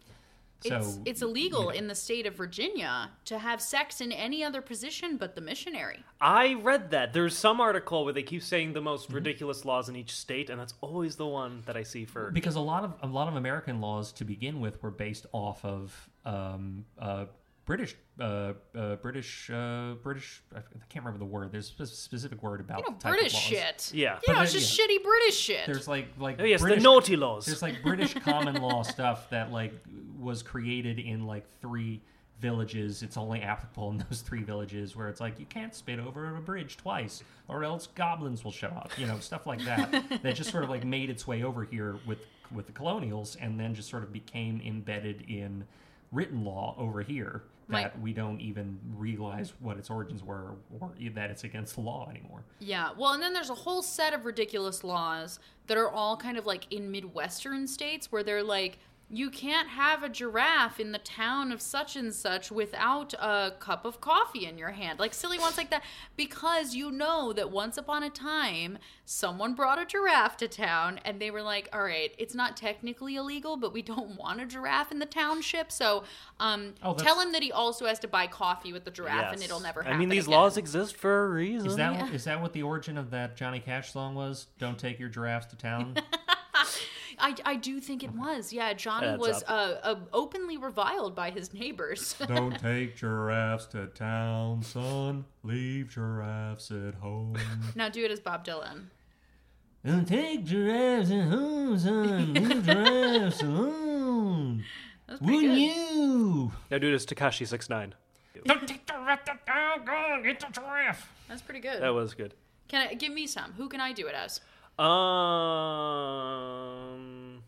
Speaker 1: it's,
Speaker 3: so
Speaker 1: it's illegal in the state of Virginia to have sex in any other position but the missionary.
Speaker 4: I read that. There's some article where they keep saying the
Speaker 3: Mhm.
Speaker 4: most ridiculous laws in each state, and that's always the one that I see for.
Speaker 3: because a lot of a lot of American laws to begin with were based off of um, uh, British uh, uh, British uh, British. I can't remember the word. There's a specific word about
Speaker 1: You know,
Speaker 3: the type of
Speaker 1: British
Speaker 3: laws.
Speaker 1: shit.
Speaker 4: Yeah.
Speaker 1: You know,
Speaker 3: But
Speaker 1: it's
Speaker 3: then-
Speaker 1: just shitty British shit.
Speaker 3: There's like like
Speaker 4: Oh, yes,
Speaker 3: British-
Speaker 4: the naughty laws.
Speaker 3: There's like British common law stuff that like was created in like three villages. It's only applicable in those three villages where it's like you can't spit over a bridge twice or else goblins will show up. You know, stuff like that that just sort of like made its way over here with with the colonials and then just sort of became embedded in written law over here
Speaker 1: My-
Speaker 3: that we don't even realize what its origins were or that it's against the law anymore.
Speaker 1: Yeah, well, and then there's a whole set of ridiculous laws that are all kind of like in Midwestern states where they're like, you can't have a giraffe in the town of such and such without a cup of coffee in your hand. Like silly ones like that. Because you know that once upon a time, someone brought a giraffe to town and they were like, all right, it's not technically illegal, but we don't want a giraffe in the township. So um,
Speaker 3: Oh, that's-
Speaker 1: tell him that he also has to buy coffee with the giraffe and it'll never happen.
Speaker 4: I mean, these
Speaker 1: again.
Speaker 4: laws exist for a reason.
Speaker 3: Is that is that what the origin of that Johnny Cash song was? Don't take your giraffes to town.
Speaker 1: I, I do think it was. Yeah, Johnny
Speaker 4: Adds
Speaker 1: was
Speaker 4: up.
Speaker 1: uh, uh, openly reviled by his neighbors.
Speaker 3: Don't take giraffes to town, son. Leave giraffes at home.
Speaker 1: now do it as Bob Dylan.
Speaker 3: Don't take giraffes at home, son. Leave giraffes alone.
Speaker 1: That's pretty
Speaker 3: Wouldn't
Speaker 1: good.
Speaker 3: you?
Speaker 4: Now, dude, it's Takashi six nine.
Speaker 3: Don't take giraffes to town. Go on, get the giraffe.
Speaker 1: That's pretty good.
Speaker 4: That was good.
Speaker 1: Can I give me some? Who can I do it as?
Speaker 4: Um,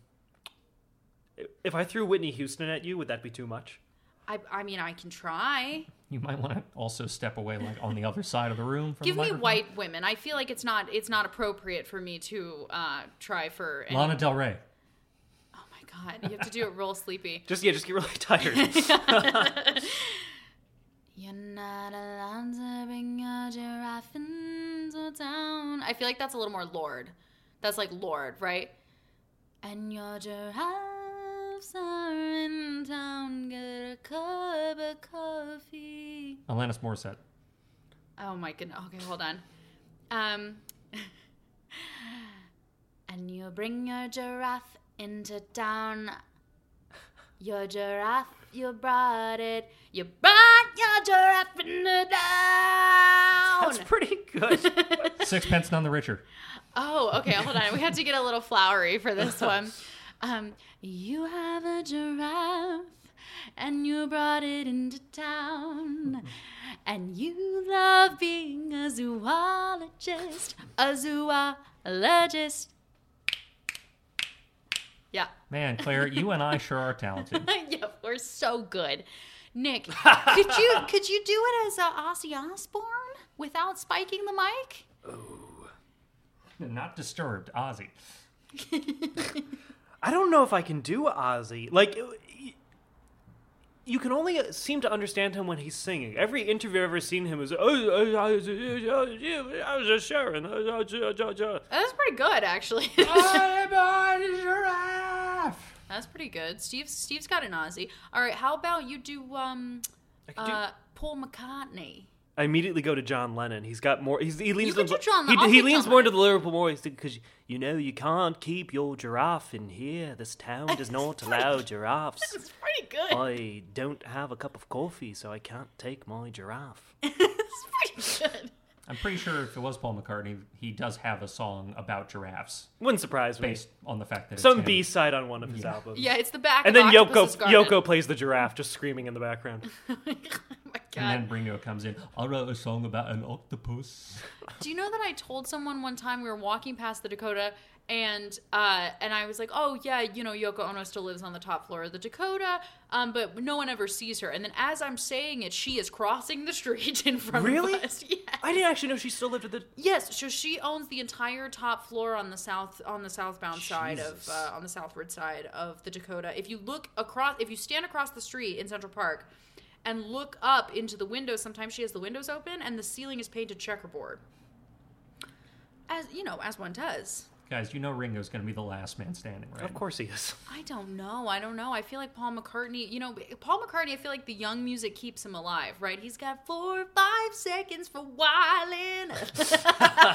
Speaker 4: if I threw Whitney Houston at you, would that be too much?
Speaker 1: I I mean I can try.
Speaker 3: You might want to also step away, like on the other side of the room. From
Speaker 1: Give
Speaker 3: the
Speaker 1: me
Speaker 3: microphone.
Speaker 1: white women. I feel like it's not it's not appropriate for me to uh, try for. Any-
Speaker 3: Lana Del Rey.
Speaker 1: oh my god, you have to do it real sleepy.
Speaker 4: Just yeah, just get really tired.
Speaker 1: You're not allowed to bring a giraffe into town. I feel like that's a little more Lord. That's like Lord, right? And your giraffes are in town. Get a cup of coffee.
Speaker 3: Alanis Morissette.
Speaker 1: Oh my goodness. Okay, hold on. Um, and you bring your giraffe into town. Your giraffe, you brought it. You brought your giraffe into town.
Speaker 4: That's pretty good.
Speaker 3: Sixpence none the richer.
Speaker 1: Oh, okay. Hold on. We have to get a little flowery for this one. Um, you have a giraffe and you brought it into town. And you love being a zoologist. A zoologist. Yeah.
Speaker 3: Man, Claire, you and I sure are talented.
Speaker 1: yeah, we're so good. Nick, could you could you do it as uh, Ozzy Osbourne without spiking the mic?
Speaker 3: Not disturbed, Ozzy.
Speaker 4: I don't know if I can do Ozzy. Like, y- you can only seem to understand him when he's singing. Every interview I've ever seen him is, oh, oh, I was just Sharon. Oh, oh, ja, ja, ja."
Speaker 1: That's pretty good, actually.
Speaker 3: giraffe.
Speaker 1: That's pretty good. Steve Steve's got an Aussie. All right, how about you do um
Speaker 4: I could do-
Speaker 1: uh Paul McCartney?
Speaker 4: I immediately go to John Lennon. He's got more. He's, he leans.
Speaker 1: could
Speaker 4: into-
Speaker 1: do John-
Speaker 4: he,
Speaker 1: I'll
Speaker 4: he
Speaker 1: do
Speaker 4: leans
Speaker 1: John
Speaker 4: more into the lyrical more because you know you can't keep your giraffe in here. This town does not allow giraffes.
Speaker 1: It's pretty good.
Speaker 4: I don't have a cup of coffee, so I can't take my giraffe.
Speaker 1: It's pretty good.
Speaker 3: I'm pretty sure if it was Paul McCartney, he does have a song about giraffes
Speaker 4: Wouldn't surprise me.
Speaker 3: based on the fact that it's
Speaker 4: Some
Speaker 3: him.
Speaker 4: B side on one of his albums.
Speaker 1: Yeah, it's the back.
Speaker 4: And
Speaker 1: of
Speaker 4: then Yoko
Speaker 1: Octopus's Garden.
Speaker 4: Yoko plays the giraffe, just screaming in the background.
Speaker 1: Oh my
Speaker 3: And
Speaker 1: god.
Speaker 3: then Bringo comes in. I wrote a song about an octopus.
Speaker 1: Do you know that I told someone one time we were walking past the Dakota and uh, and I was like, oh yeah, you know Yoko Ono still lives on the top floor of the Dakota, um, but no one ever sees her. And then as I'm saying it, she is crossing the street in front
Speaker 4: Really?
Speaker 1: of us. Yes.
Speaker 4: I didn't actually know she still lived at the.
Speaker 1: Yes, so she owns the entire top floor on the south on the southbound side of
Speaker 2: Jesus.
Speaker 1: uh, on the southward side of the Dakota. If you look across, if you stand across the street in Central Park and look up into the windows, sometimes she has the windows open and the ceiling is painted checkerboard. As you know, as one does.
Speaker 3: Guys, you know Ringo's going to be the last man standing, right?
Speaker 4: Of course he is.
Speaker 1: I don't know. I don't know. I feel like Paul McCartney, you know, Paul McCartney, I feel like the young music keeps him alive, right? He's got four or five seconds for wildin'.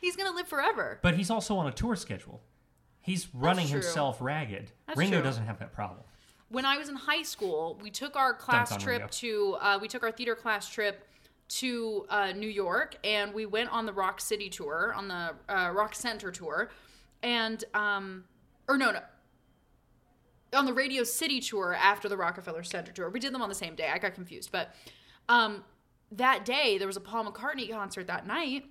Speaker 1: He's going to live forever.
Speaker 3: But he's also on a tour schedule. He's running
Speaker 1: true.
Speaker 3: himself ragged.
Speaker 1: That's
Speaker 3: Ringo
Speaker 1: true.
Speaker 3: doesn't have that problem.
Speaker 1: When I was in high school, we took our class
Speaker 3: Dunk on
Speaker 1: trip
Speaker 3: Ringo.
Speaker 1: to, uh, we took our theater class trip to uh, New York and we went on the Rock City tour, on the uh, Rock Center tour. And, um, or no, no, on the Radio City tour after the Rockefeller Center tour. We did them on the same day. I got confused, but um, that day there was a Paul McCartney concert that night,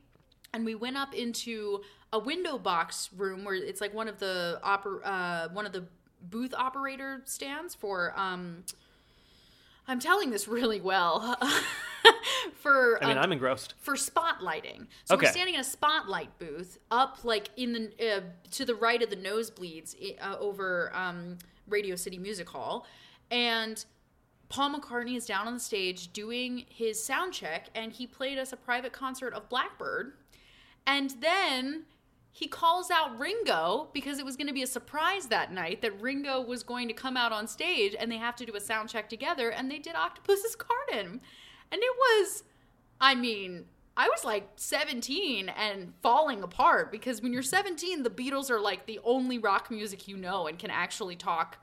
Speaker 1: and we went up into a window box room where it's like one of the oper- uh, one of the booth operator stands for. Um, I'm telling this really well. for
Speaker 4: I mean,
Speaker 1: um,
Speaker 4: I'm engrossed.
Speaker 1: for spotlighting. So
Speaker 4: Okay.
Speaker 1: we're standing in a spotlight booth up like in the uh, to the right of the nosebleeds i- uh, over um, Radio City Music Hall, and Paul McCartney is down on the stage doing his sound check, and he played us a private concert of Blackbird, and then. He calls out Ringo because it was going to be a surprise that night that Ringo was going to come out on stage and they have to do a sound check together. And they did Octopus's Garden. And it was I mean, I was like 17 and falling apart because when you're 17, the Beatles are like the only rock music you know and can actually talk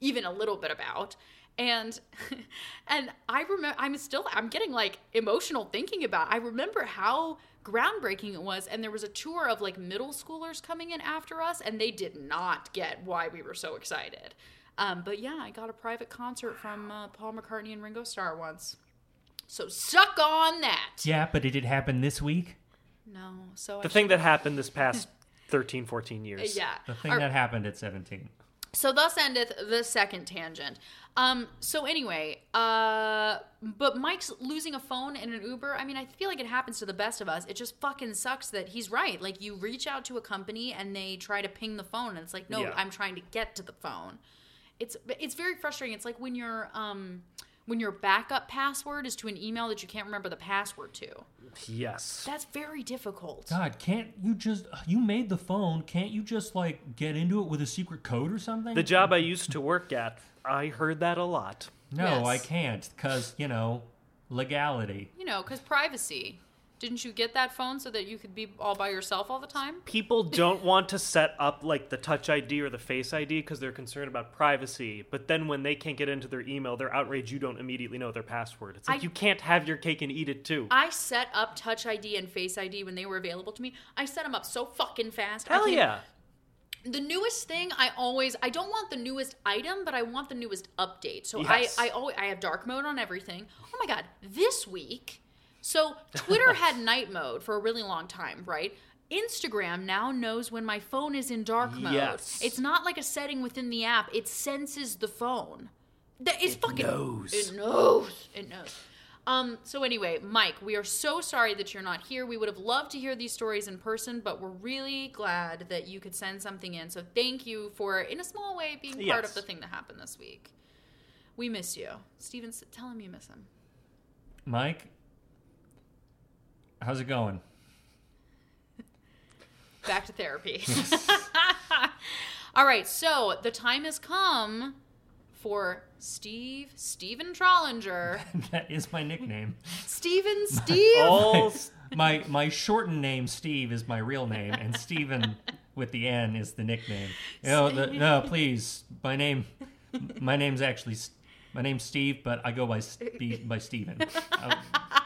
Speaker 1: even a little bit about. And and I remember I'm still I'm getting like emotional thinking about. It. I remember how groundbreaking it was and there was a tour of like middle schoolers coming in after us and they did not get why we were so excited. Um, but yeah, I got a private concert from uh, Paul McCartney and Ringo Starr once. So suck on that.
Speaker 3: Yeah, but did it happen this week?
Speaker 1: No. So
Speaker 4: The
Speaker 1: I
Speaker 4: thing that happened this past 13, 14 years.
Speaker 1: Uh, Yeah.
Speaker 3: The thing
Speaker 1: Or-
Speaker 3: that happened at 17.
Speaker 1: so thus endeth the second tangent. Um. So anyway, uh, but Mike's losing a phone in an Uber. I mean, I feel like it happens to the best of us. It just fucking sucks that he's right. Like you reach out to a company and they try to ping the phone, and it's like, no,
Speaker 4: Yeah.
Speaker 1: I'm trying to get to the phone. It's it's very frustrating. It's like when your um when your backup password is to an email that you can't remember the password to.
Speaker 4: Yes.
Speaker 1: That's very difficult.
Speaker 3: God, can't you just. You made the phone. Can't you just, like, get into it with a secret code or something?
Speaker 4: The job I used to work at, I heard that a lot.
Speaker 3: no,
Speaker 1: Yes.
Speaker 3: I can't, because, you know, legality.
Speaker 1: You know, because privacy. Didn't you get that phone so that you could be all by yourself all the time?
Speaker 4: People don't want to set up like the touch ID or the face ID because they're concerned about privacy. But then when they can't get into their email, they're outraged you don't immediately know their password. It's like
Speaker 1: I-
Speaker 4: you can't have your cake and eat it too.
Speaker 1: I set up Touch ID and Face ID when they were available to me. I set them up so fucking fast. I
Speaker 4: Hell
Speaker 1: can't-
Speaker 4: yeah.
Speaker 1: The newest thing I always I don't want the newest item, but I want the newest update. So
Speaker 4: Yes.
Speaker 1: I I always I have dark mode on everything. Oh my god, this week. So Twitter had night mode for a really long time, right? Instagram now knows when my phone is in dark mode.
Speaker 4: Yes.
Speaker 1: It's not like a setting within the app. It senses the phone. That is fucking
Speaker 4: knows.
Speaker 1: It knows. It knows. Um, so anyway, Mike, we are so sorry that you're not here. We would have loved to hear these stories in person, but we're really glad that you could send something in. So thank you for, in a small way, being part
Speaker 4: Yes.
Speaker 1: of the thing that happened this week. We miss you, Steven. s- Tell him you miss him.
Speaker 3: Mike, how's it going?
Speaker 1: Back to therapy. All right, so the time has come for Steve Steven Trollinger,
Speaker 3: that is my nickname.
Speaker 1: Steven Steve.
Speaker 4: All s-
Speaker 3: my my shortened name Steve is my real name, and Steven with the N is the nickname. No, the, no, please, my name, my name's actually S- my name's Steve, but I go by Steve, by Steven. Um, I-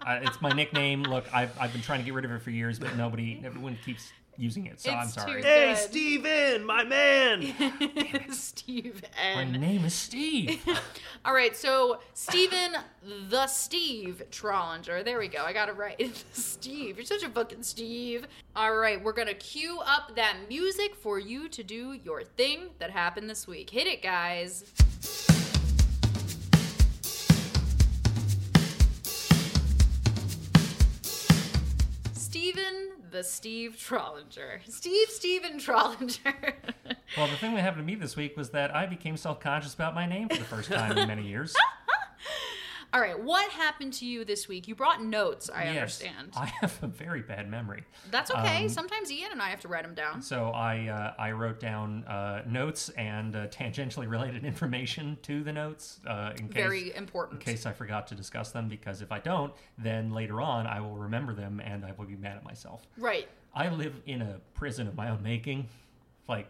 Speaker 3: I- it's my nickname. Look, I've I've been trying to get rid of it for years, but nobody, everyone keeps using it. So I'm
Speaker 1: It's
Speaker 3: sorry.
Speaker 1: too-
Speaker 4: Hey,
Speaker 1: Good.
Speaker 4: Steven, my man.
Speaker 1: Steve
Speaker 3: My
Speaker 1: N.
Speaker 3: name is Steve.
Speaker 1: All right, so Steven the Steve Trollinger. There we go. I got it right. Steve. You're such a fucking Steve. All right, we're going to cue up that music for you to do your thing that happened this week. Hit it, guys. Steven the Steve Trollinger. Steve Steven Trollinger.
Speaker 3: well, the thing that happened to me this week was that I became self conscious about my name for the first time in many years.
Speaker 1: All right, what happened to you this week? You brought notes, I
Speaker 3: Yes,
Speaker 1: understand.
Speaker 3: I have a very bad memory.
Speaker 1: That's okay.
Speaker 3: Um,
Speaker 1: Sometimes Ian and I have to write them down.
Speaker 3: So I uh, I wrote down uh, notes and uh, tangentially related information to the notes uh, in case
Speaker 1: Very important.
Speaker 3: in case I forgot to discuss them because if I don't, then later on I will remember them and I will be mad at myself.
Speaker 1: Right.
Speaker 3: I live in a prison of my own making, like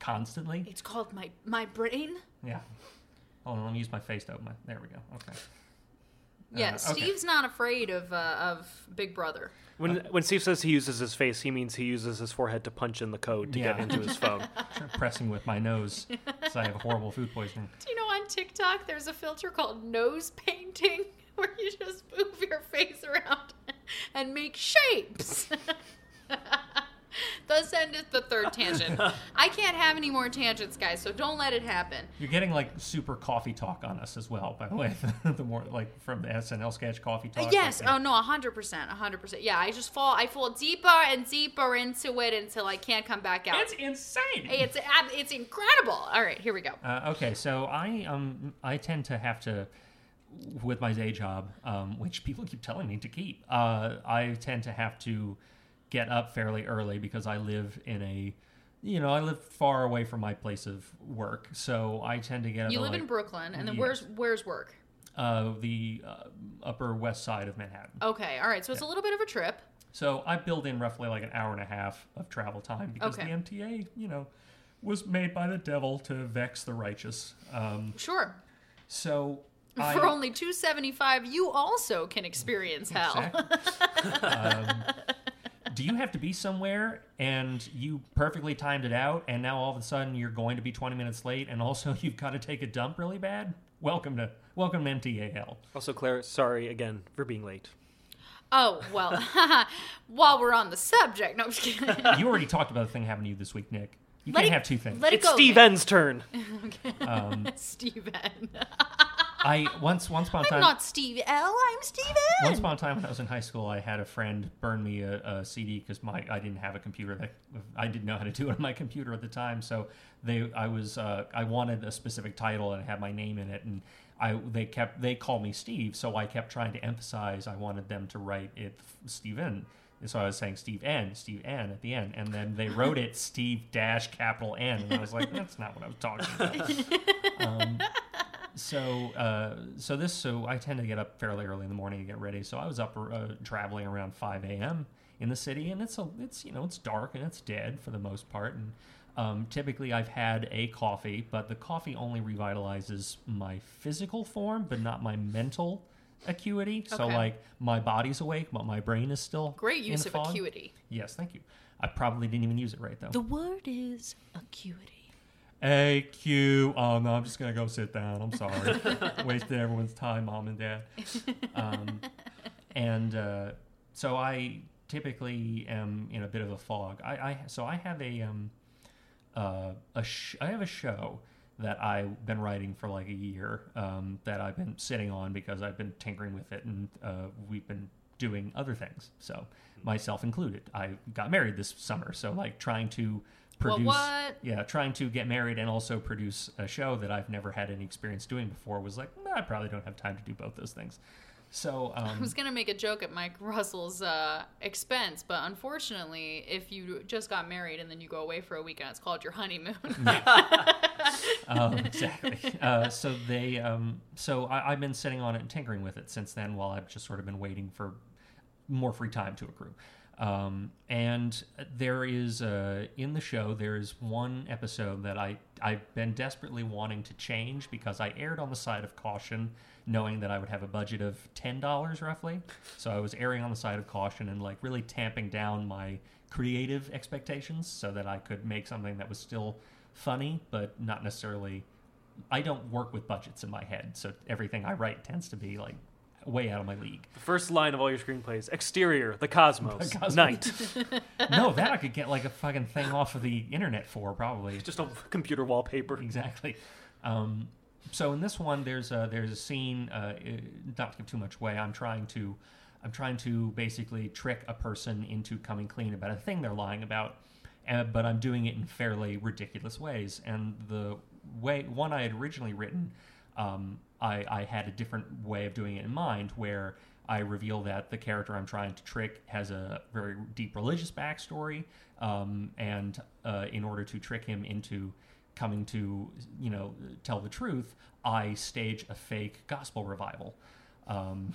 Speaker 3: constantly.
Speaker 1: It's called my my brain.
Speaker 3: Yeah. Hold on, let me use my face to open my. There we go. Okay.
Speaker 1: Yeah,
Speaker 3: okay.
Speaker 1: Steve's not afraid of uh, of Big Brother.
Speaker 4: When when Steve says he uses his face, he means he uses his forehead to punch in the code to get
Speaker 3: Yeah.
Speaker 4: into his phone.
Speaker 3: Try pressing with my nose because I have horrible food poisoning.
Speaker 1: Do you know on TikTok there's a filter called nose painting where you just move your face around and make shapes. Thus endeth the third tangent. I can't have any more tangents, guys, so don't let it happen.
Speaker 3: You're getting like super coffee talk on us as well, by the way. the more like from the SNL sketch coffee talk.
Speaker 1: Yes.
Speaker 3: like,
Speaker 1: Oh no. hundred percent. hundred percent. Yeah. I just fall. I fall deeper and deeper into it until I can't come back out.
Speaker 3: It's insane.
Speaker 1: Hey, It's ab- it's incredible. All right, here we go.
Speaker 3: Uh, okay, so I um I tend to have to with my day job, um, which people keep telling me to keep. Uh, I tend to have to get up fairly early because I live in a you know I live far away from my place of work, so I tend to get up.
Speaker 1: You
Speaker 3: at,
Speaker 1: live in
Speaker 3: like,
Speaker 1: Brooklyn, and then
Speaker 3: yes.
Speaker 1: where's where's work?
Speaker 3: uh, the uh, upper west side of Manhattan.
Speaker 1: Okay. All right. So it's a little bit of a trip.
Speaker 3: So I build in roughly like an hour and a half of travel time because
Speaker 1: Okay.
Speaker 3: the MTA, you know, was made by the devil to vex the righteous. Um,
Speaker 1: Sure.
Speaker 3: so I,
Speaker 1: For only two seventy five, you also can experience hell.
Speaker 3: Exactly. um, do you have to be somewhere and you perfectly timed it out and now all of a sudden you're going to be 20 minutes late and also you've got to take a dump really bad? Welcome to welcome to MTA hell.
Speaker 4: Also, Claire, sorry again for being late.
Speaker 1: Oh well. while we're on the subject, no, I'm just kidding.
Speaker 3: You already talked about the thing happening to you this week, Nick. You
Speaker 1: Let
Speaker 3: can't
Speaker 1: it-
Speaker 3: have two things.
Speaker 1: Let it
Speaker 4: It's
Speaker 1: go,
Speaker 4: Steve N's turn.
Speaker 3: Um,
Speaker 1: Steven.
Speaker 3: I once once upon a
Speaker 1: I'm
Speaker 3: time
Speaker 1: not Steve L. I'm Steven.
Speaker 3: Once upon a time when I was in high school, I had a friend burn me a, a CD because my I didn't have a computer that I didn't know how to do it on my computer at the time. So they I was uh, I wanted a specific title and it had my name in it, and I they kept they called me Steve, so I kept trying to emphasize I wanted them to write it Steven. And so I was saying Steve N, Steve N at the end, and then they wrote it Steve dash capital N, and I was like, that's not what I was talking about. Um, so uh, so this so I tend to get up fairly early in the morning to get ready. So I was up uh, traveling around 5 a.m. in the city, and it's a it's you know it's dark and it's dead for the most part. And um, typically I've had a coffee, but the coffee only revitalizes my physical form, but not my mental acuity. So
Speaker 1: Okay.
Speaker 3: like my body's awake, but my brain is still
Speaker 1: Great
Speaker 3: in
Speaker 1: use
Speaker 3: the
Speaker 1: of
Speaker 3: fog.
Speaker 1: acuity.
Speaker 3: Yes, thank you. I probably didn't even use it right though.
Speaker 1: The word is acuity.
Speaker 3: AQ. Oh no, I'm just gonna go sit down. I'm sorry, wasted everyone's time, mom and dad. Um, and uh, so I typically am in a bit of a fog. I, I so I have a um, uh, a sh- I have a show that I've been writing for like a year um, that I've been sitting on because I've been tinkering with it and uh, we've been doing other things. So myself included, I got married this summer, so like trying to produce
Speaker 1: what?
Speaker 3: yeah trying to get married and also produce a show that I've never had any experience doing before was like "Nah, I probably don't have time to do both those things. So um,
Speaker 1: I was gonna make a joke at Mike Russell's uh, expense, but unfortunately, if you just got married and then you go away for a weekend, it's called your honeymoon.
Speaker 3: um, exactly. Uh, so they, um, so I, I've been sitting on it and tinkering with it since then, while I've just sort of been waiting for more free time to accrue. Um, and there is uh, in the show there is one episode that I I've been desperately wanting to change because I erred on the side of caution, knowing that I would have a budget of ten dollars roughly. So I was erring on the side of caution and like really tamping down my creative expectations so that I could make something that was still funny but not necessarily. I don't work with budgets in my head, so everything I write tends to be like way out of my league.
Speaker 4: The first line of all your screenplays exterior, the cosmos,
Speaker 3: The cosmos.
Speaker 4: night.
Speaker 3: no, that I could get like a fucking thing off of the internet for probably.
Speaker 4: Just a computer wallpaper.
Speaker 3: Exactly. Um, so in this one, there's a, there's a scene. Uh, i- not to give too much away, I'm trying to I'm trying to basically trick a person into coming clean about a thing they're lying about, uh, but I'm doing it in fairly ridiculous ways. And the way one I had originally written, um, I, I had a different way of doing it in mind where. I reveal that the character I'm trying to trick has a very deep religious backstory, um, and uh, in order to trick him into coming to you know tell the truth, I stage a fake gospel revival. Um,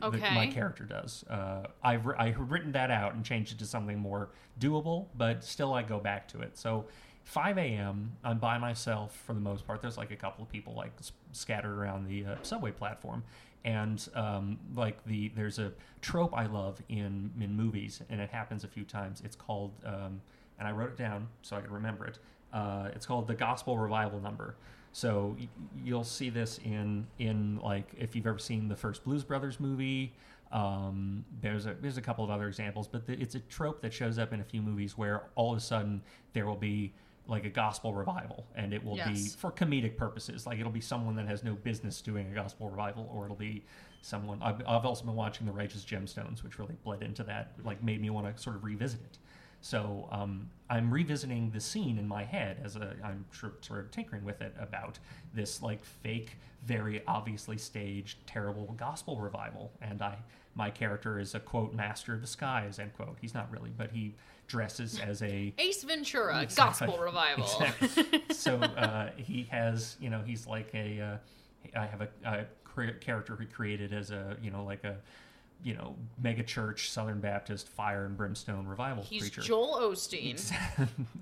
Speaker 3: that my
Speaker 1: Okay.
Speaker 3: character does. Uh, I've wr- I had written that out and changed it to something more doable, but still I go back to it. So. 5 a.m. I'm by myself for the most part. There's like a couple of people like s- scattered around the uh, subway platform, and um, like the there's a trope I love in in movies, and it happens a few times. It's called um, and I wrote it down so I could remember it. Uh, it's called the Gospel Revival Number. So y- you'll see this in in like if you've ever seen the first Blues Brothers movie. Um, there's a there's a couple of other examples, but the, it's a trope that shows up in a few movies where all of a sudden there will be like a gospel revival, and it will be
Speaker 1: Yes.
Speaker 3: for comedic purposes. Like it'll be someone that has no business doing a gospel revival, or it'll be someone. I've, I've also been watching The Righteous Gemstones, which really bled into that. Like made me want to sort of revisit it. So um, I'm revisiting the scene in my head as a, I'm tr- sort of tinkering with it about this like fake, very obviously staged, terrible gospel revival. And I, my character is a quote master of the skies end quote. He's not really, but he dresses as a
Speaker 1: Ace Ventura,
Speaker 3: Exactly.
Speaker 1: gospel revival.
Speaker 3: Exactly. so uh, he has, you know, he's like a. Uh, I have a, a cre- character he created as a, you know, like a, you know, mega church Southern Baptist fire and brimstone revival
Speaker 1: He's
Speaker 3: preacher.
Speaker 1: Joel Osteen.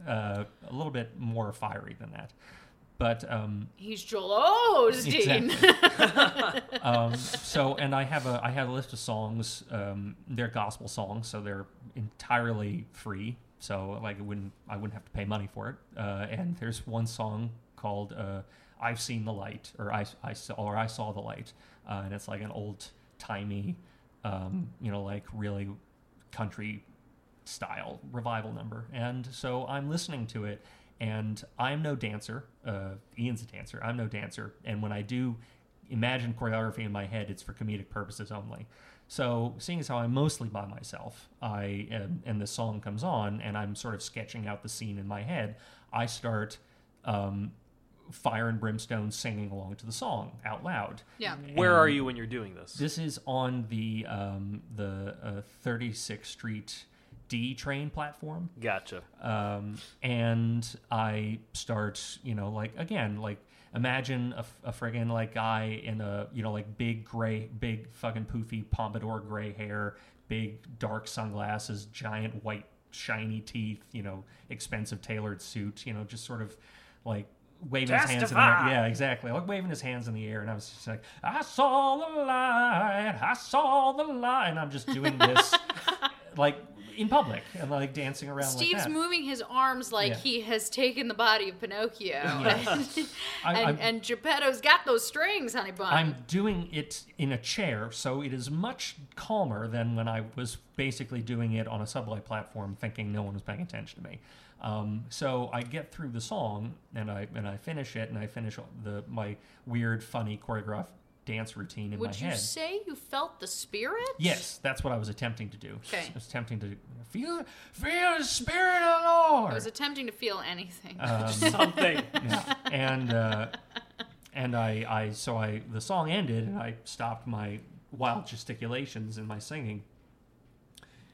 Speaker 3: uh, a little bit more fiery than that, but um,
Speaker 1: He's Joel Osteen.
Speaker 3: um, so and I have a I had a list of songs. Um, they're gospel songs, so they're entirely free. So like it wouldn't I wouldn't have to pay money for it. Uh, and there's one song called uh, "I've Seen the Light" or "I I saw or I saw the light," uh, and it's like an old timey, um, you know, like really country style revival number. And so I'm listening to it, and I'm no dancer. Uh, Ian's a dancer. I'm no dancer. And when I do imagine choreography in my head, it's for comedic purposes only. So, seeing as how I'm mostly by myself, I am, and the song comes on, and I'm sort of sketching out the scene in my head. I start um, fire and brimstone singing along to the song out loud.
Speaker 1: yeah.
Speaker 4: Where are you when you're doing this?
Speaker 3: This is on the um, the uh, 36th Street D train platform
Speaker 4: Gotcha.
Speaker 3: um, and I start, you know, like again, like imagine a, f- a friggin' like guy in a, you know, like big gray, big fucking poofy pompadour gray hair, big dark sunglasses, giant white shiny teeth, you know, expensive tailored suit, you know, just sort of like waving his hands in the air.
Speaker 4: Testify!
Speaker 3: Yeah, exactly. Like waving his hands in the air, and I was just like, I saw the light, I saw the light, and I'm just doing this. Like in public and like dancing around like
Speaker 1: Steve's
Speaker 3: that.
Speaker 1: moving his arms like
Speaker 3: Yeah.
Speaker 1: he has taken the body of Pinocchio. and,
Speaker 3: I, I'm,
Speaker 1: and, and Geppetto's got those strings, honey bun.
Speaker 3: I'm doing it in a chair, so it is much calmer than when I was basically doing it on a subway platform, thinking no one was paying attention to me. Um, so I get through the song and I and I finish it, and I finish the my weird, funny choreographed dance routine in my
Speaker 1: Would you
Speaker 3: head.
Speaker 1: say you felt the spirit?
Speaker 3: Yes, that's what I was attempting to do.
Speaker 1: Okay.
Speaker 3: I was attempting to feel feel the spirit of the Lord.
Speaker 1: I was attempting to feel anything.
Speaker 3: Uh, Um,
Speaker 4: Something.
Speaker 3: yeah. and uh, and I, I so I the song ended and I stopped my wild gesticulations and my singing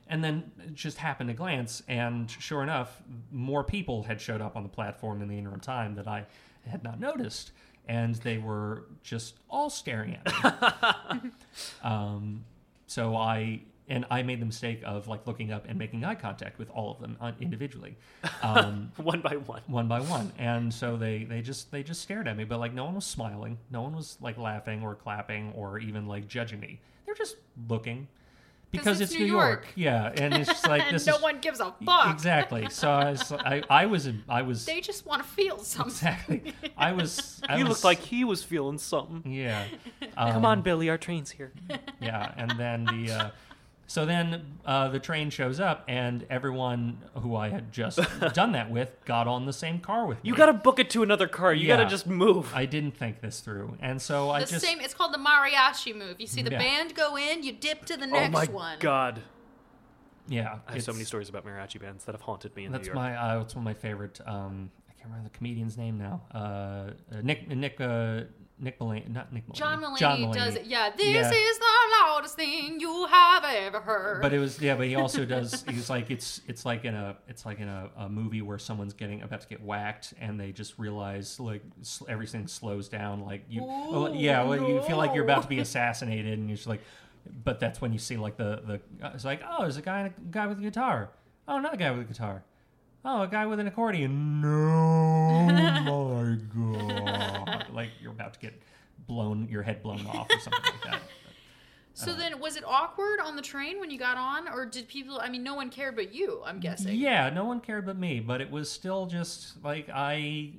Speaker 3: and then it just happened to glance and sure enough more people had showed up on the platform in the interim time that I had not noticed and they were just all staring at me um, so I and I made the mistake of like looking up and making eye contact with all of them uh, individually, um,
Speaker 4: one by one.
Speaker 3: one by one. And so they they just they just stared at me, but like no one was smiling, no one was like laughing or clapping or even like judging me. They're just looking because
Speaker 1: it's
Speaker 3: it's,
Speaker 1: New
Speaker 3: New
Speaker 1: York.
Speaker 3: York. Yeah, and it's just like
Speaker 1: and
Speaker 3: this
Speaker 1: no
Speaker 3: is e-
Speaker 1: one gives a fuck.
Speaker 3: exactly. So I was I, I was I was
Speaker 1: They just want to feel something.
Speaker 3: exactly I was I
Speaker 4: He
Speaker 3: was,
Speaker 4: looked like he was feeling something.
Speaker 3: yeah.
Speaker 4: Come on, Billy, our train's here.
Speaker 3: yeah and then the uh, so then uh, the train shows up and everyone who i had just done that with got on the same car with me
Speaker 4: You gotta book it to another car. You
Speaker 3: Yeah.
Speaker 4: gotta just move.
Speaker 3: i didn't think this through and so i
Speaker 1: The
Speaker 3: just
Speaker 1: same. It's called the mariachi move. You see the
Speaker 3: Yeah.
Speaker 1: band go in, you dip to the
Speaker 4: oh
Speaker 1: next
Speaker 4: my
Speaker 1: one.
Speaker 4: god.
Speaker 3: yeah
Speaker 4: I have so
Speaker 3: it's-
Speaker 4: many stories about mariachi bands that have haunted me in
Speaker 3: that's
Speaker 4: New York.
Speaker 3: my uh, it's one of my favorite um i can't remember the comedian's name now uh, uh nick nick uh nick Mulaney, not nick Mulaney,
Speaker 1: John Mulaney, does
Speaker 3: Mulaney.
Speaker 1: it. Yeah, this
Speaker 3: Yeah.
Speaker 1: is the loudest thing you have ever heard.
Speaker 3: But it was yeah. But he also does. He's like it's it's like in a it's like in a, a movie where someone's getting about to get whacked and they just realize like s- everything slows down. Like you oh, yeah, well, you feel like you're about to be assassinated and you're just like. But that's when you see like the the it's like oh there's a guy guy with a guitar oh another guy with a guitar oh a guy with an accordion no my god like you're about to get blown your head blown off or something like that.
Speaker 1: so
Speaker 3: uh,
Speaker 1: then, was it awkward on the train when you got on, or did people? I mean, no one cared but you. I'm guessing.
Speaker 3: Yeah, no one cared but me, but it was still just like I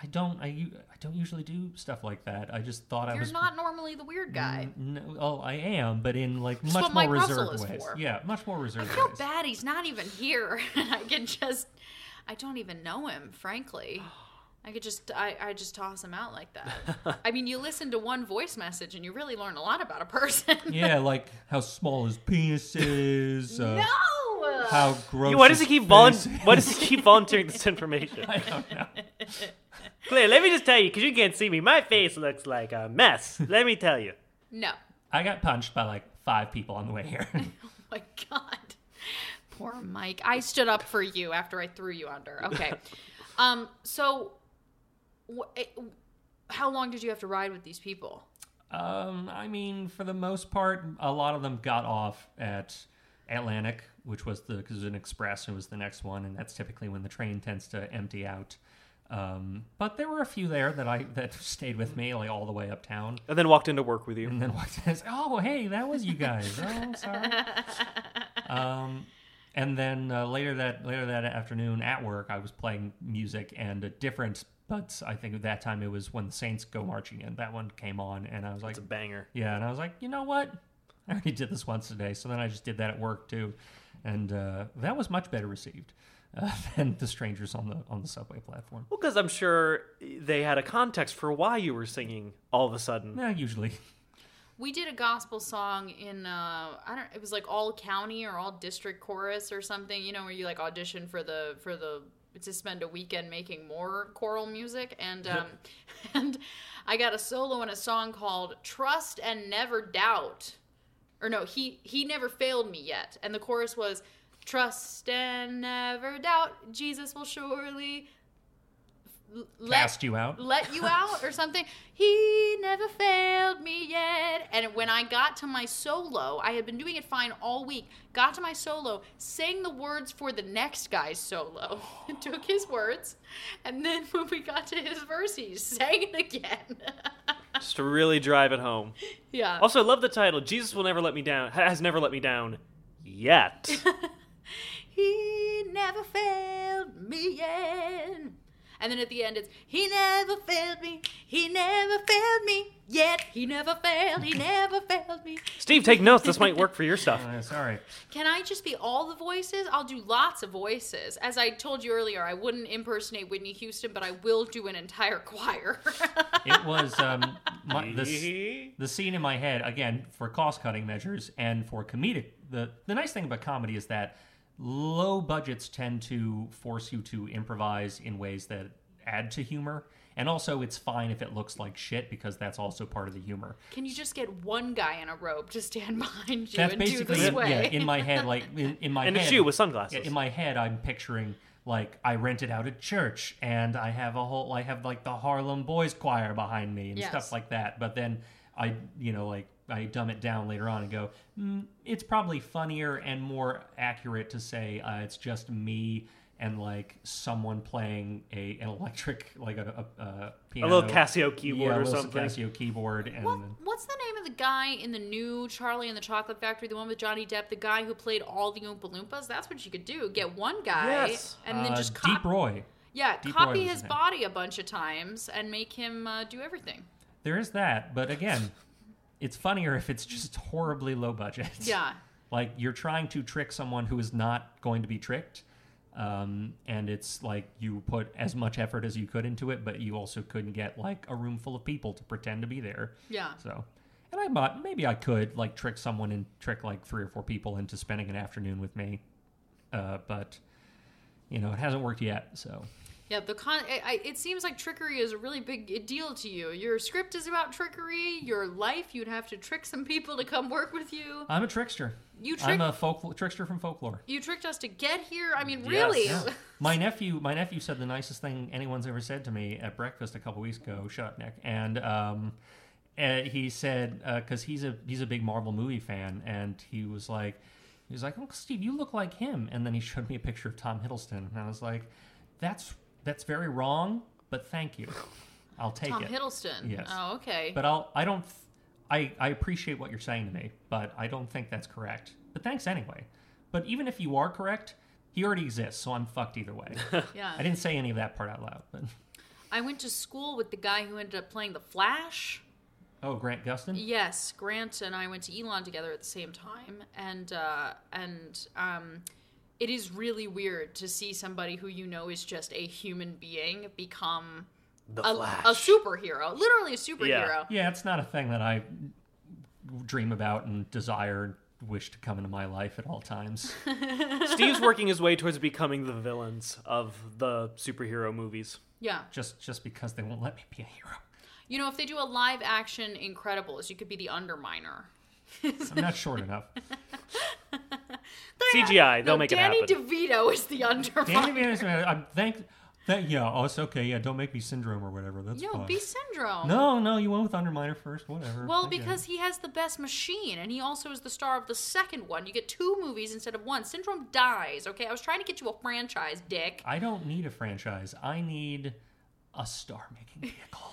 Speaker 3: I don't I u- I don't usually do stuff like that. I just thought I
Speaker 1: You're
Speaker 3: was
Speaker 1: not normally the weird guy.
Speaker 3: no, oh, I am, but in like
Speaker 1: That's
Speaker 3: much
Speaker 1: what
Speaker 3: more
Speaker 1: Mike Russell
Speaker 3: reserved
Speaker 1: is
Speaker 3: ways.
Speaker 1: for.
Speaker 3: Yeah, much more
Speaker 1: I
Speaker 3: reserved
Speaker 1: feel
Speaker 3: ways.
Speaker 1: bad he's not even here, and I can just. I don't even know him, frankly. I could just I, I just toss him out like that. I mean, you listen to one voice message and you really learn a lot about a person.
Speaker 3: Yeah, like how small his penis is. Uh,
Speaker 1: No.
Speaker 3: How gross.
Speaker 4: Why does he
Speaker 3: his
Speaker 4: keep
Speaker 3: face
Speaker 4: volun-
Speaker 3: is.
Speaker 4: Why does he keep volunteering this information?
Speaker 3: I don't know.
Speaker 4: Claire, let me just tell you, because you can't see me, my face looks like a mess. Let me tell you.
Speaker 1: No. Oh
Speaker 3: I got punched by like five people on the way here.
Speaker 1: my god poor mike i stood up for you after i threw you under okay um so wh- it- how long did you have to ride with these people
Speaker 3: Um, I mean, for the most part, a lot of them got off at Atlantic, which was the because an express and was the next one, and that's typically when the train tends to empty out. Um, but there were a few there that I that stayed with me like all the way uptown,
Speaker 4: And then walked into work with you.
Speaker 3: and then walked in. and said, Oh, hey, that was you guys. Oh, sorry. Um, and then uh, later that later that afternoon at work, I was playing music and a different. But I think at that time it was when the Saints go marching in. That one came on, and I was like,
Speaker 4: It's a banger.
Speaker 3: yeah, and I was like, you know what? I already did this once today, so then I just did that at work too, and uh, that was much better received uh, than the strangers on the on the subway platform.
Speaker 4: Well, because I'm sure they had a context for why you were singing all of a sudden.
Speaker 3: No, usually,
Speaker 1: we did a gospel song in uh i don't it was like all county or all district chorus or something you know where you like audition for the for the to spend a weekend making more choral music and um and i got a solo in a song called trust and never doubt or no he he never failed me yet and the chorus was trust and never doubt jesus will surely l-
Speaker 3: cast you out.
Speaker 1: let you out or something. He never failed me yet. And when I got to my solo, I had been doing it fine all week. Got to my solo, sang the words for the next guy's solo, took his words, and then when we got to his verse, he sang it again.
Speaker 4: Just to really drive it home.
Speaker 1: yeah.
Speaker 4: Also, I love the title. Jesus will never let me down. ha- Has never let me down yet.
Speaker 1: He never failed me yet. And then at the end, it's He never failed me. He never failed me yet. He never failed. He never failed me.
Speaker 4: Steve, take notes. This might work for your stuff.
Speaker 3: Uh, sorry,
Speaker 1: Can I just be all the voices? I'll do lots of voices. As I told you earlier, I wouldn't impersonate Whitney Houston, but I will do an entire choir.
Speaker 3: it was um, my, the, s- the scene in my head again for cost cutting measures and for comedic. The the nice thing about comedy is that low budgets tend to force you to improvise in ways that add to humor. And also, it's fine if it looks like shit because that's also part of the humor.
Speaker 1: Can you just get one guy in a robe to stand behind you
Speaker 3: That's
Speaker 1: and do
Speaker 3: basically
Speaker 1: this
Speaker 3: it.
Speaker 1: way?
Speaker 3: yeah. In my head, like in, in my
Speaker 4: And
Speaker 3: head,
Speaker 4: it's you with sunglasses.
Speaker 3: yeah, in my head, I'm picturing like I rented out a church and I have a whole I have like the Harlem Boys Choir behind me and
Speaker 1: Yes.
Speaker 3: stuff like that. But then I, you know, like I dumb it down later on and go, mm, it's probably funnier and more accurate to say uh, it's just me and like someone playing a an electric like a, a, a
Speaker 4: A
Speaker 3: piano,
Speaker 4: little Casio
Speaker 3: Yeah,
Speaker 4: keyboard
Speaker 3: a
Speaker 4: or
Speaker 3: little
Speaker 4: something.
Speaker 3: Casio keyboard, and
Speaker 1: What,
Speaker 3: then-
Speaker 1: what's the name of the guy in the new Charlie and the Chocolate Factory, the one with Johnny Depp, the guy who played all the Oompa Loompas? That's what you could do. Get one guy
Speaker 4: Yes.
Speaker 1: and then
Speaker 3: uh,
Speaker 1: just
Speaker 3: Deep
Speaker 1: copy.
Speaker 3: Roy.
Speaker 1: yeah,
Speaker 3: Deep Roy was
Speaker 1: copy
Speaker 3: his
Speaker 1: his
Speaker 3: name.
Speaker 1: body a bunch of times and make him uh, do everything.
Speaker 3: There is that, but again, it's funnier if it's just horribly low budget.
Speaker 1: Yeah.
Speaker 3: like you're trying to trick someone who is not going to be tricked um, and it's like you put as much effort as you could into it but you also couldn't get like a room full of people to pretend to be there
Speaker 1: Yeah.
Speaker 3: so and i might maybe i could like trick someone and trick like three or four people into spending an afternoon with me uh, but you know it hasn't worked yet so
Speaker 1: Yeah, the con. I, I, it seems like trickery is a really big deal to you. Your script is about trickery. Your life, you'd have to trick some people to come work with you.
Speaker 3: i'm a trickster
Speaker 1: You
Speaker 3: i'm
Speaker 1: tricked.
Speaker 3: a folk trickster from folklore
Speaker 1: you tricked us to get here. I mean,
Speaker 4: Yes.
Speaker 1: really?
Speaker 4: Yeah.
Speaker 3: my nephew my nephew said the nicest thing anyone's ever said to me at breakfast a couple weeks ago shut up nick and um and he said because he's a he's a big marvel movie fan and he was like he was like uncle steve you look like him and then he showed me a picture of tom hiddleston and i was like that's that's very wrong but thank you i'll take
Speaker 1: Tom
Speaker 3: it
Speaker 1: Hiddleston.
Speaker 3: Yes.
Speaker 1: Oh, okay.
Speaker 3: but i'll i don't th- I, I appreciate what you're saying to me, but I don't think that's correct. But thanks anyway. But even if you are correct, he already exists, so I'm fucked either way.
Speaker 1: yeah.
Speaker 3: I didn't say any of that part out loud, but
Speaker 1: I went to school with the guy who ended up playing the Flash.
Speaker 3: oh, Grant Gustin.
Speaker 1: Yes, Grant and I went to Elon together at the same time, and uh, and um, it is really weird to see somebody who you know is just a human being become
Speaker 4: The
Speaker 1: a, a superhero, literally a superhero.
Speaker 3: Yeah, it's not a thing that I dream about and desire and wish to come into my life at all times.
Speaker 4: Steve's working his way towards becoming the villains of the superhero movies.
Speaker 1: yeah.
Speaker 3: just just because they won't let me be a hero.
Speaker 1: You know, if they do a live action Incredibles, you could be the Underminer.
Speaker 3: I'm not short enough.
Speaker 4: CGI, they'll make
Speaker 1: Danny
Speaker 4: it happen.
Speaker 1: DeVito is the Underminer.
Speaker 3: Danny Anderson, I'm thank that yeah, oh it's okay, yeah, don't make me syndrome or whatever. That's
Speaker 1: Yo,
Speaker 3: fine.
Speaker 1: be syndrome.
Speaker 3: no, no, you went with Underminer first, whatever.
Speaker 1: Well,
Speaker 3: I get it.
Speaker 1: because he has the best machine, and he also is the star of the second one. You get two movies instead of one. Syndrome dies. Okay, I was trying to get you a franchise, Dick.
Speaker 3: I don't need a franchise. I need a star making vehicle.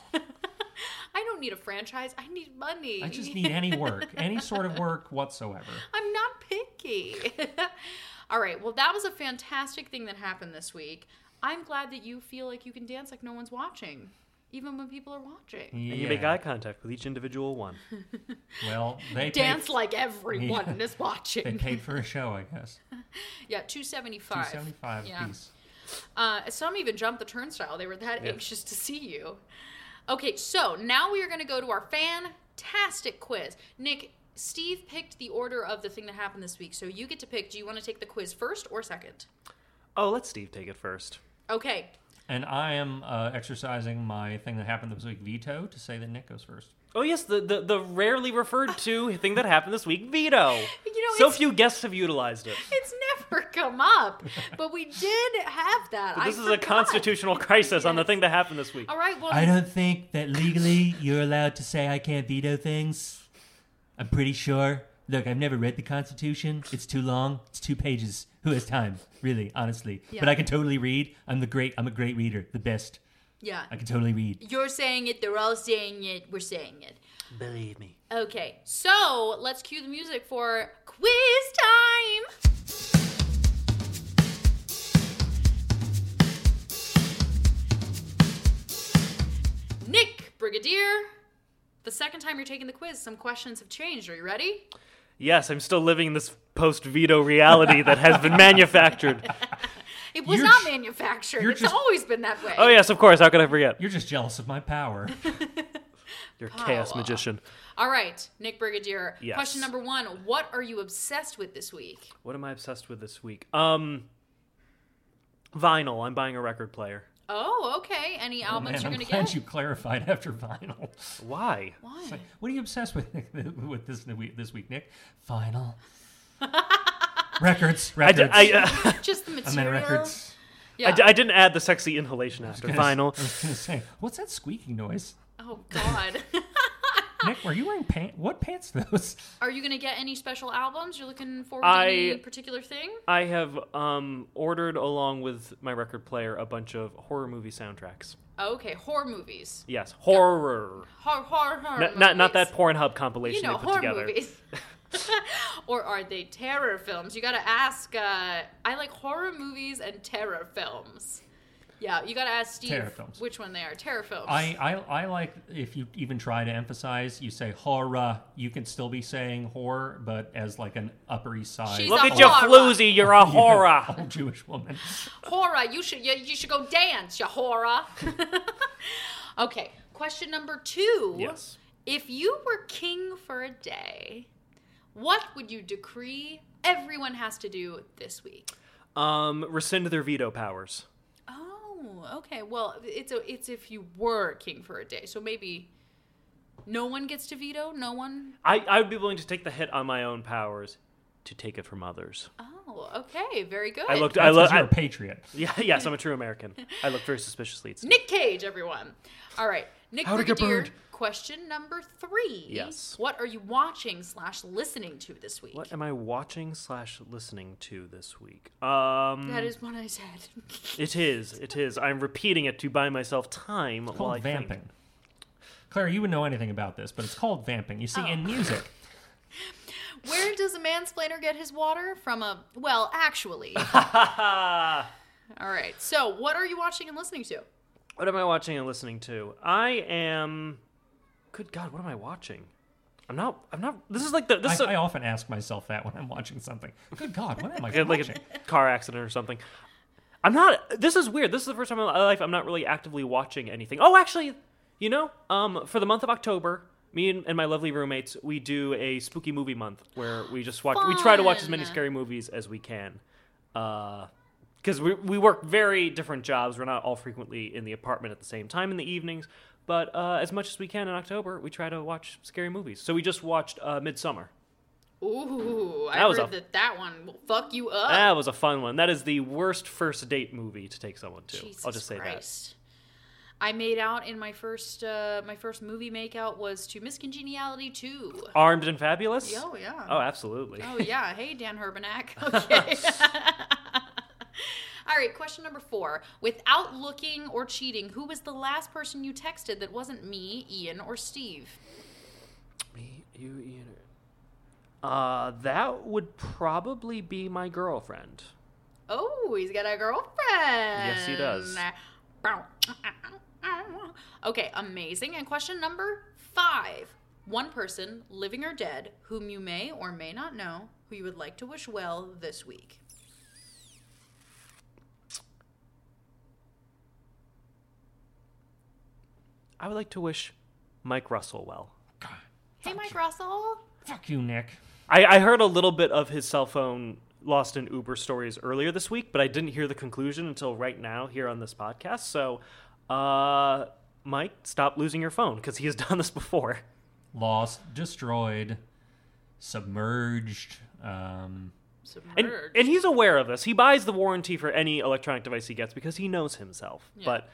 Speaker 1: I don't need a franchise. I need money.
Speaker 3: I just need any work, any sort of work whatsoever.
Speaker 1: I'm not picky. All right. Well, that was a fantastic thing that happened this week. I'm glad that you feel like you can dance like no one's watching, even when people are watching.
Speaker 4: And you make eye contact with each individual one.
Speaker 3: Well, they pay
Speaker 1: Dance like everyone
Speaker 3: Mm. Yeah.
Speaker 1: is
Speaker 3: They
Speaker 1: watching.
Speaker 3: paid for a show, I guess.
Speaker 1: Yeah, two seventy
Speaker 3: Two
Speaker 1: five.
Speaker 3: seventy five
Speaker 1: Yeah.
Speaker 3: piece.
Speaker 1: Uh, some even jumped the turnstile. They were that anxious to see you. Okay, so now we are going to go to our fantastic quiz. Nick, Steve picked the order of the thing that happened this week, so you get to pick. Do you want to take the quiz first or second?
Speaker 4: Oh, let Steve take it first.
Speaker 1: Okay.
Speaker 3: And I am uh, exercising my thing that happened this week veto to say that Nick goes first.
Speaker 4: Oh yes, the, the, the rarely referred to thing that happened this week, veto.
Speaker 1: You know,
Speaker 4: so
Speaker 1: it's-
Speaker 4: few guests have utilized it.
Speaker 1: It's never come up, but we did have that. I
Speaker 4: This is a
Speaker 1: forgot.
Speaker 4: constitutional crisis on the thing that happened this week.
Speaker 1: All right, well,
Speaker 6: I don't think that legally you're allowed to say I can't veto things. I'm pretty sure. Look, I've never read the Constitution. It's too long. It's two pages. Who has time? Really, honestly. But I can totally read. I'm the great. I'm a great reader. The best.
Speaker 1: yeah.
Speaker 6: I can totally read.
Speaker 1: You're saying it, they're all saying it, we're saying it.
Speaker 4: Believe me.
Speaker 1: Okay, so let's cue the music for quiz time. Nick Brigadier, the second time you're taking the quiz, some questions have changed. Are you ready?
Speaker 4: Yes, I'm still living in this post veto reality that has been manufactured.
Speaker 1: It was
Speaker 3: You're
Speaker 1: not
Speaker 3: j-
Speaker 1: manufactured.
Speaker 3: you're
Speaker 1: It's
Speaker 3: just-
Speaker 1: always been that way.
Speaker 4: Oh yes, of course, how could I forget?
Speaker 3: You're just jealous of my power.
Speaker 4: You're a chaos
Speaker 1: Power.
Speaker 4: magician.
Speaker 1: All right, Nick Brigadier.
Speaker 4: Yes.
Speaker 1: Question number one: What are you obsessed with this week?
Speaker 4: What am I obsessed with this week? Um Vinyl. I'm buying a record player.
Speaker 1: Oh, okay. Any albums
Speaker 3: Man,
Speaker 1: you're
Speaker 3: I'm
Speaker 1: gonna
Speaker 3: glad
Speaker 1: get?
Speaker 3: you clarified after vinyl.
Speaker 4: Why?
Speaker 1: Why?
Speaker 3: It's like, what are you obsessed with with this week- this week, Nick? Vinyl, records,
Speaker 4: I, d-
Speaker 3: records.
Speaker 4: I, uh,
Speaker 1: Just the
Speaker 3: I'm in
Speaker 1: material.
Speaker 3: records.
Speaker 1: Yeah.
Speaker 4: I d- I didn't add the sexy inhalation after
Speaker 3: I was-
Speaker 4: vinyl.
Speaker 3: I was gonna say, what's that squeaking noise?
Speaker 1: Oh God.
Speaker 3: Nick, were you wearing pants? What pants are those?
Speaker 1: Are you going to get any special albums? You're looking forward
Speaker 4: I-
Speaker 1: to any particular thing?
Speaker 4: I have um, ordered along with my record player a bunch of horror movie soundtracks.
Speaker 1: Oh, Okay, horror movies.
Speaker 4: Yes, horror.
Speaker 1: Horror, horror, horror
Speaker 4: Not, not not
Speaker 1: movies.
Speaker 4: that Pornhub compilation
Speaker 1: You know,
Speaker 4: they put
Speaker 1: horror
Speaker 4: together.
Speaker 1: movies. or are they terror films? You got to ask. Uh, I like horror movies and terror films. Yeah, you got to ask Steve
Speaker 3: Terror films.
Speaker 1: which one they are. Terror films.
Speaker 3: I, I I like if you even try to emphasize, you say horror. You can still be saying horror, but as like an Upper East Side.
Speaker 1: She's
Speaker 4: Look
Speaker 1: a
Speaker 4: at you,
Speaker 1: horror.
Speaker 4: floozy. You're a horror.
Speaker 3: old Jewish woman.
Speaker 1: Horror, you should you, you should go dance, you horror. okay, question number two.
Speaker 4: Yes.
Speaker 1: If you were king for a day, what would you decree everyone has to do this week?
Speaker 4: Um, rescind their veto powers.
Speaker 1: Oh, okay. Well, it's a, it's if you were king for a day, so maybe no one gets to veto. No one.
Speaker 4: I, I would be willing to take the hit on my own powers to take it from others.
Speaker 1: Oh, okay. Very good.
Speaker 4: I looked. I
Speaker 3: That's
Speaker 4: look.
Speaker 3: 'cause you're a patriot.
Speaker 4: Yeah, yes, I'm a true American. I looked very suspiciously at Steve.
Speaker 1: Nick Cage, everyone. All right, Nick
Speaker 4: How to get
Speaker 1: Brigadier.
Speaker 4: burned.
Speaker 1: Question number three.
Speaker 4: Yes.
Speaker 1: What are you watching slash listening to this week?
Speaker 4: What am I watching slash listening to this week? Um,
Speaker 1: That is what I said.
Speaker 4: it is. It is. I'm repeating it to buy myself time
Speaker 3: called
Speaker 4: while I think.
Speaker 3: vamping. Claire, you would know anything about this, but it's called vamping. You see,
Speaker 4: Oh.
Speaker 3: in music,
Speaker 1: Where does a mansplainer get his water from? A well, actually. All right. So, what are you watching and listening to?
Speaker 4: What am I watching and listening to? I am. Good God, what am I watching? I'm not. I'm not. This is like the. This
Speaker 3: I,
Speaker 4: is a-
Speaker 3: I often ask myself that when I'm watching something. Good God, what am I
Speaker 4: like, a-
Speaker 3: watching?
Speaker 4: like a car accident or something. I'm not. This is weird. This is the first time in my life I'm not really actively watching anything. Oh, actually, you know, um, for the month of October, me and, and my lovely roommates we do a spooky movie month where we just watch. We try to watch as many
Speaker 1: Fun.
Speaker 4: scary movies as we can, because we we work very different jobs. We're not all frequently in the apartment at the same time in the evenings. But uh, as much as we can in October, we try to watch scary movies. So we just watched uh, Midsummer.
Speaker 1: Ooh, I
Speaker 4: That was
Speaker 1: heard
Speaker 4: a-
Speaker 1: that that one will fuck you up.
Speaker 4: That was a fun one. That is the worst first date movie to take someone to.
Speaker 1: Jesus
Speaker 4: I'll just say
Speaker 1: Christ. I made out in my first uh, my first movie makeout was to Miss Congeniality 2.
Speaker 4: that. Armed and Fabulous?
Speaker 1: Oh yeah.
Speaker 4: Oh, absolutely.
Speaker 1: Oh yeah. Hey, Dan Herbanak. Okay. All right. Question number four. Without looking or cheating, who was the last person you texted that wasn't me, Ian, or Steve?
Speaker 4: Me, you, Ian. Uh, that would probably be my girlfriend.
Speaker 1: Oh, he's got a girlfriend. Yes,
Speaker 4: he does.
Speaker 1: Okay, amazing. And question number five. One person, living or dead, whom you may or may not know, who you would like to wish well this week.
Speaker 4: I would like to wish Mike Russell well.
Speaker 1: Hey, Mike Russell.
Speaker 3: Fuck you, Nick.
Speaker 4: I, I heard a little bit of his cell phone lost in Uber stories earlier this week, but I didn't hear the conclusion until right now here on this podcast. So, uh, Mike, stop losing your phone because he has done this before.
Speaker 3: Lost, destroyed, submerged.
Speaker 4: And,
Speaker 3: Um,
Speaker 1: Submerged.
Speaker 4: and he's aware of this. He buys the warranty for any electronic device he gets because he knows himself. But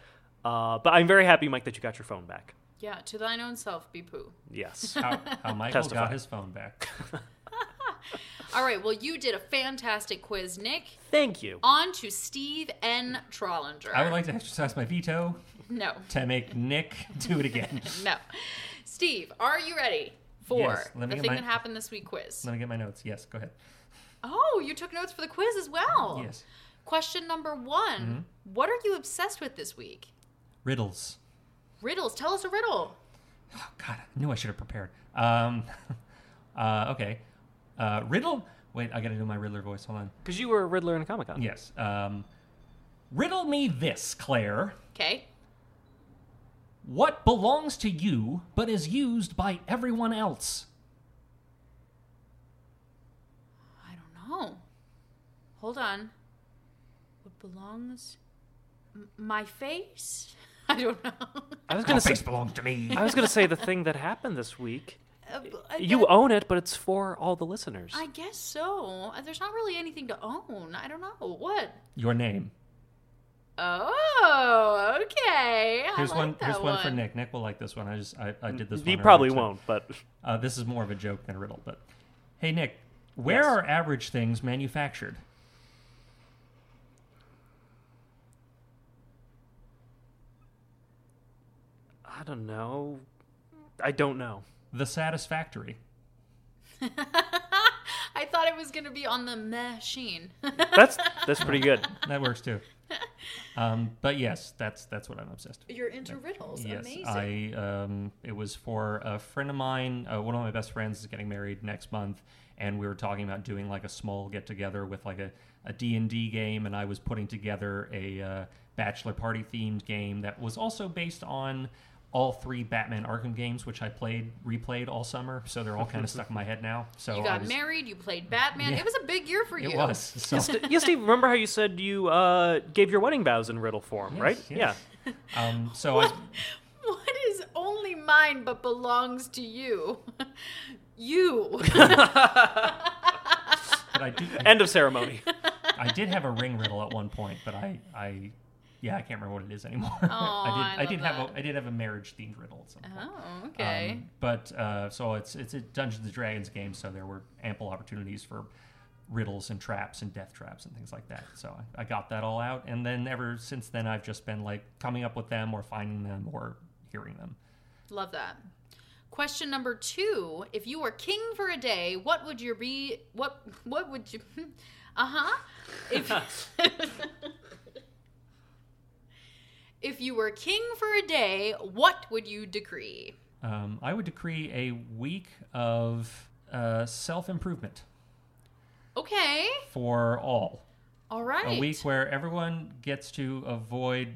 Speaker 4: uh, but I'm very happy, Mike, that you got your phone back.
Speaker 1: yeah, to thine own self be poo.
Speaker 4: Yes.
Speaker 3: how, how Michael
Speaker 4: Testify.
Speaker 3: got his phone back.
Speaker 1: All right, well, you did a fantastic quiz, Nick.
Speaker 4: Thank you.
Speaker 1: On to Steve N. Trollinger.
Speaker 3: I would like to exercise my veto
Speaker 1: No,
Speaker 3: to make Nick do it again.
Speaker 1: no. Steve, are you ready for
Speaker 3: Yes, let
Speaker 1: the
Speaker 3: me get
Speaker 1: thing
Speaker 3: my-
Speaker 1: that happened this week quiz?
Speaker 3: Let me get my notes. Yes, go ahead.
Speaker 1: Oh, you took notes for the quiz as well.
Speaker 3: Yes, Mm-hmm.
Speaker 1: Question number one What are you obsessed with this week?
Speaker 3: riddles.
Speaker 1: Riddles. Tell us a riddle.
Speaker 3: Oh, God, I knew I should have prepared. Um, uh, okay, uh, riddle. Wait, I got to do my Riddler voice. Hold on.
Speaker 4: Because you were a Riddler in a Comic Con.
Speaker 3: Yes. Um, riddle me this, Claire.
Speaker 1: Okay.
Speaker 3: What belongs to you but is used by everyone else?
Speaker 1: I don't know. Hold on. What belongs? M- my face? I don't know.
Speaker 4: I was
Speaker 3: My
Speaker 4: gonna say.
Speaker 3: face belongs to me.
Speaker 4: I was gonna say the thing that happened this week.
Speaker 1: Uh, b- I
Speaker 4: You
Speaker 1: guess-
Speaker 4: own it, but it's for all the listeners.
Speaker 1: I guess so. Uh, There's not really anything to own. I don't know. What?
Speaker 3: Your name.
Speaker 1: Oh, okay. I
Speaker 3: Here's
Speaker 1: like
Speaker 3: one.
Speaker 1: that
Speaker 3: Here's one. for Nick. Nick will like this one. I just I, I did this. one
Speaker 4: He
Speaker 3: earlier,
Speaker 4: probably
Speaker 3: too.
Speaker 4: won't, but
Speaker 3: Uh, this is more of a joke than a riddle. But hey, Nick, where
Speaker 4: Yes.
Speaker 3: are average things manufactured?
Speaker 4: I don't know. I don't know.
Speaker 3: The satisfactory.
Speaker 1: I thought it was going to be on the machine.
Speaker 4: That's that's pretty good.
Speaker 3: That works too. Um, but yes, that's that's what I'm obsessed. with.
Speaker 1: You're into riddles.
Speaker 3: Yes,
Speaker 1: Amazing.
Speaker 3: I. Um, it was for a friend of mine. Uh, one of my best friends is getting married next month, and we were talking about doing like a small get together with like a D and D game, and I was putting together a uh, bachelor party themed game that was also based on all three Batman Arkham games, which I played replayed all summer. So they're all kind of stuck in my head now. So
Speaker 1: you
Speaker 3: I
Speaker 1: got
Speaker 3: was,
Speaker 1: married. You played Batman.
Speaker 3: Yeah.
Speaker 1: It was a big year for
Speaker 3: It
Speaker 1: you.
Speaker 3: was. So.
Speaker 4: yeah, Steve. Remember how you said you uh, gave your wedding vows in riddle form, right?
Speaker 3: yes.
Speaker 4: Yeah.
Speaker 3: Um, so I,
Speaker 1: What is only mine but belongs to you? you.
Speaker 3: but I do.
Speaker 4: End of ceremony.
Speaker 3: I did have a ring riddle at one point, but I, I, yeah, I can't remember what it is anymore. I
Speaker 1: I
Speaker 3: did, I, did
Speaker 1: love
Speaker 3: have
Speaker 1: that.
Speaker 3: a, I did have a marriage themed riddle at some point.
Speaker 1: oh,
Speaker 3: Um,
Speaker 1: okay.
Speaker 3: but uh, so it's it's a Dungeons and Dragons game, so there were ample opportunities for riddles and traps and death traps and things like that. So I, I got that all out, and then ever since then, I've just been like coming up with them or finding them or hearing them.
Speaker 1: Love that. Question number two: If you were king for a day, what would your be? What what would you? Uh huh. If if you were king for a day, what would you decree?
Speaker 3: Um, I would decree a week of uh, self improvement
Speaker 1: Okay,
Speaker 3: for all.
Speaker 1: all right.
Speaker 3: a week where everyone gets to avoid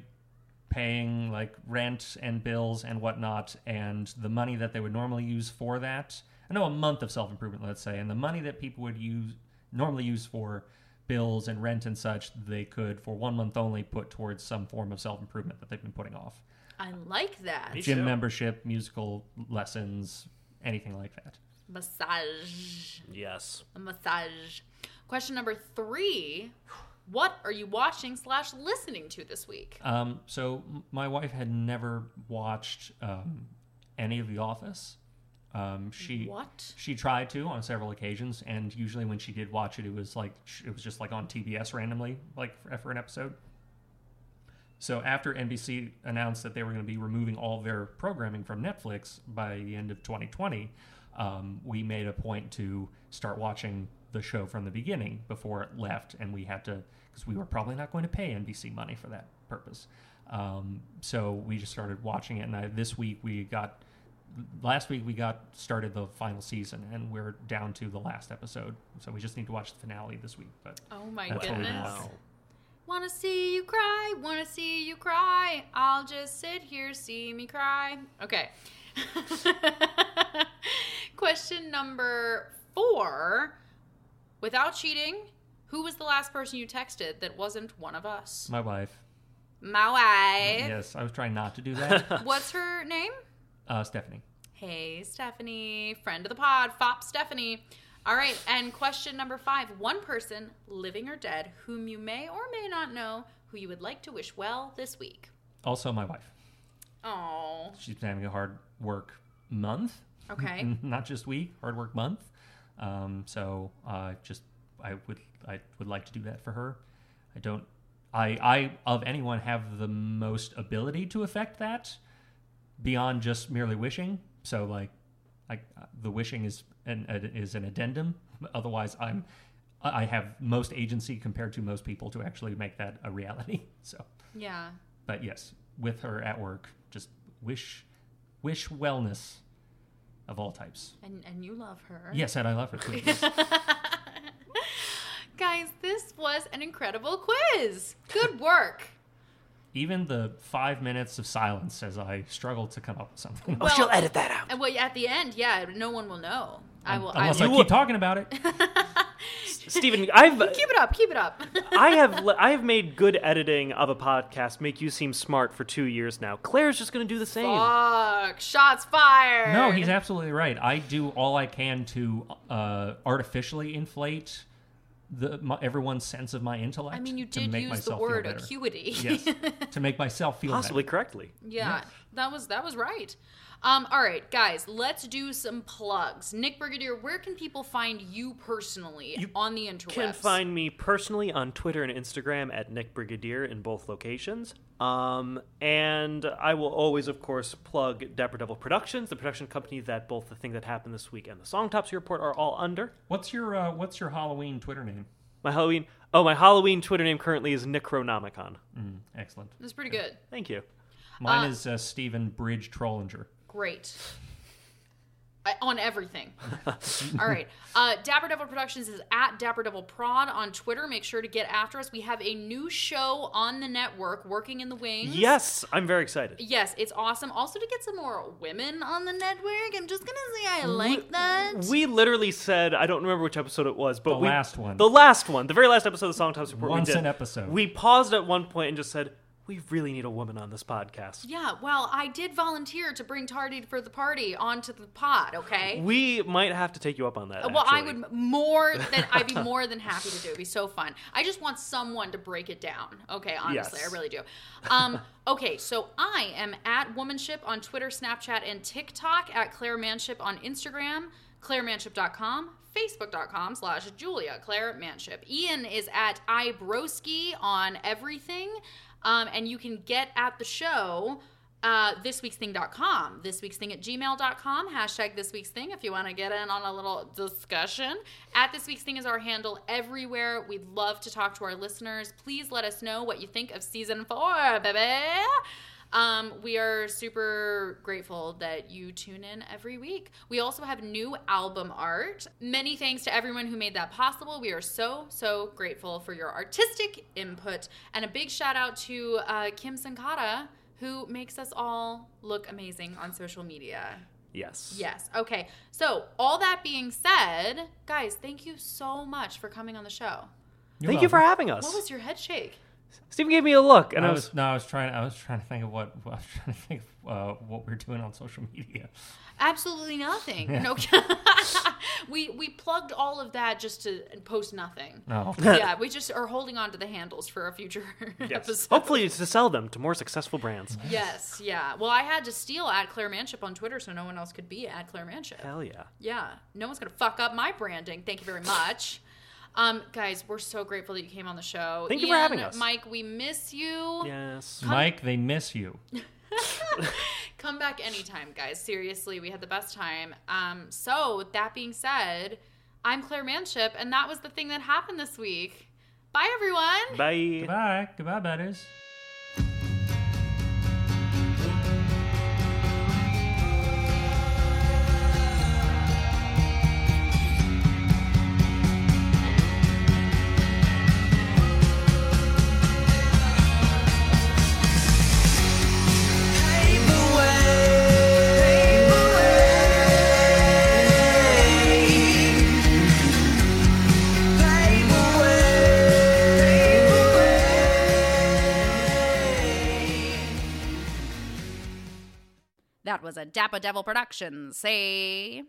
Speaker 3: paying like rent and bills and whatnot and the money that they would normally use for that i know a month of self-improvement let's say and the money that people would use normally use for bills and rent and such they could for one month only put towards some form of self-improvement that they've been putting off
Speaker 1: I like that
Speaker 4: Me
Speaker 3: gym
Speaker 4: too.
Speaker 3: membership musical lessons anything like that
Speaker 1: massage.
Speaker 4: Yes.
Speaker 1: A massage. Question number three: What are you watching slash listening to this week?
Speaker 3: Um, so m- my wife had never watched um, any of The Office. Um, she
Speaker 1: What?
Speaker 3: she tried to on several occasions, and usually when she did watch it, it was like sh- it was just like on TBS randomly, like for, for an episode. So after NBC announced that they were going to be removing all their programming from Netflix by the end of 2020, um, we made a point to start watching the show from the beginning before it left, and we had to because we were probably not going to pay NBC money for that purpose. Um, so we just started watching it, and I, this week we got last week we got started the final season, and we're down to the last episode. So we just need to watch the finale this week, but.
Speaker 1: Oh my
Speaker 3: That's what we've been
Speaker 1: goodness.
Speaker 3: watching.
Speaker 1: Wanna see you cry, wanna see you cry. I'll just sit here, see me cry. Okay. Question number four. Without cheating, who was the last person you texted that wasn't one of us?
Speaker 3: My wife.
Speaker 1: My wife.
Speaker 3: Yes, I was trying not to do that.
Speaker 1: What's her name?
Speaker 3: Uh, Stephanie.
Speaker 1: Hey, Stephanie, friend of the pod, Fop Stephanie. All right, and question number five one person, living or dead, whom you may or may not know, who you would like to wish well this week.
Speaker 3: Also, my wife.
Speaker 1: Oh,
Speaker 3: She's been having a hard work month,
Speaker 1: okay.
Speaker 3: not just week. Hard work month. Um, so uh, just I would I would like to do that for her. I don't. I I of anyone have the most ability to affect that beyond just merely wishing. So like, like uh, the wishing is an uh, is an addendum. Otherwise, I'm I I have most agency compared to most people to actually make that a reality. So.
Speaker 1: yeah.
Speaker 3: but yes, with her at work, just wish wish wellness of all types.
Speaker 1: And, and you love her.
Speaker 3: Yes, and I love her too.
Speaker 1: Guys, this was an incredible quiz. Good work.
Speaker 3: Even the five minutes of silence as I struggled to come up with something.
Speaker 1: Well, she'll edit
Speaker 2: that out.
Speaker 1: And well, at the end, yeah, no one will know. I will. I
Speaker 3: Unless
Speaker 1: will.
Speaker 3: I,
Speaker 4: You will-
Speaker 3: keep talking about it.
Speaker 4: Stephen, I've
Speaker 1: keep it up. Keep it up.
Speaker 4: I have le- I have made good editing of a podcast make you seem smart for two years now. Claire's just gonna do the same.
Speaker 1: Fuck. Shots fired.
Speaker 3: No, he's absolutely right. I do all I can to uh, artificially inflate the my, everyone's sense of my intellect.
Speaker 1: I mean, you
Speaker 3: to
Speaker 1: did
Speaker 3: make
Speaker 1: use the
Speaker 3: myself feel
Speaker 1: word
Speaker 3: better.
Speaker 1: acuity.
Speaker 3: yes, to make myself feel
Speaker 4: Possibly
Speaker 3: better.
Speaker 4: correctly.
Speaker 1: Yeah, that was that was right. Um, all right, guys, let's do some plugs. Nick Brigadier, where can people find you personally
Speaker 4: You
Speaker 1: on the interwebs?
Speaker 4: can find me personally on Twitter and Instagram at Nick Brigadier in both locations. Um, and I will always, of course, plug Dapper Devil Productions, the production company that both the thing that happened this week and the Song Topsy Report are all under.
Speaker 3: What's your uh, What's your Halloween Twitter name?
Speaker 4: My Halloween, oh, my Halloween Twitter name currently is Necronomicon.
Speaker 1: Mm.
Speaker 3: Excellent.
Speaker 1: That's pretty good.
Speaker 4: Thank you.
Speaker 3: Mine is uh, Stephen Bridge Trollinger.
Speaker 1: Great. I, on everything. All right. Uh, Dapper Devil Productions is at Dapper Devil Prod on Twitter. Make sure to get after us. We have a new show on the network, Working in the Wings.
Speaker 4: Yes, I'm very excited.
Speaker 1: Yes, it's awesome. Also, to get some more women on the network, I'm just going to say I like that.
Speaker 4: We literally said I don't remember which episode it was, but
Speaker 3: The
Speaker 4: we,
Speaker 3: last one.
Speaker 4: the last one, the very last episode of the Song Topsy Report.
Speaker 3: Once
Speaker 4: we did,
Speaker 3: an episode.
Speaker 4: We paused at one point and just said, "We really need a woman on this podcast."
Speaker 1: yeah, well, I did volunteer to bring Tardy for the party onto the pod, okay?
Speaker 4: We might have to take you up on that.
Speaker 1: Uh, Well, I
Speaker 4: actually.
Speaker 1: would more than I'd be more than happy to do. it. It'd be so fun. I just want someone to break it down. Okay, honestly,
Speaker 4: Yes.
Speaker 1: I really do. Um, okay, so I am at Womanship on Twitter, Snapchat, and TikTok. At Claire Manship on Instagram, ClaireManship.com, Facebook.com slash Julia Claire Manship. Ian is at Ibroski on everything, um, and you can get at the show uh, thisweeksthing.com, thisweeksthing at gmail.com, hashtag thisweeksthing if you want to get in on a little discussion. At thisweeksthing is our handle everywhere. We'd love to talk to our listeners. Please let us know what you think of season four, baby. Um, we are super grateful that you tune in every week. We also have new album art. Many thanks to everyone who made that possible. We are so, so grateful for your artistic input. And a big shout out to uh, Kim Sankata who makes us all look amazing on social media.
Speaker 4: Yes.
Speaker 1: Yes. Okay. So, all that being said, guys, thank you so much for coming on the show.
Speaker 4: Thank you for having us.
Speaker 1: What was your head shake?
Speaker 4: Stephen gave me a look, and
Speaker 3: I
Speaker 4: I
Speaker 3: was no, I was trying. I was trying to think of what I was trying to think of uh, what we're doing on social media.
Speaker 1: Absolutely nothing. No. we we plugged all of that just to post nothing.
Speaker 3: No,
Speaker 1: yeah, we just are holding on to the handles for a future
Speaker 4: Yes.
Speaker 1: episode.
Speaker 4: Hopefully, it's to sell them to more successful brands.
Speaker 1: Yes, yeah. Well, I had to steal at Claire Manship on Twitter so no one else could be at Claire Manship.
Speaker 4: Hell yeah.
Speaker 1: Yeah, no one's gonna fuck up my branding. Thank you very much. Um, guys, we're so grateful that you came on the show.
Speaker 4: Thank you
Speaker 1: Ian,
Speaker 4: for having us.
Speaker 1: Mike. We miss you.
Speaker 4: Yes.
Speaker 3: Mike, they miss you.
Speaker 1: Come back anytime, guys. Seriously, we had the best time. Um, so with that being said, I'm Claire Manship, and that was the thing that happened this week. Bye, everyone.
Speaker 4: Bye.
Speaker 3: Goodbye, goodbye, butters.
Speaker 7: That was a Dappa Devil production. Say.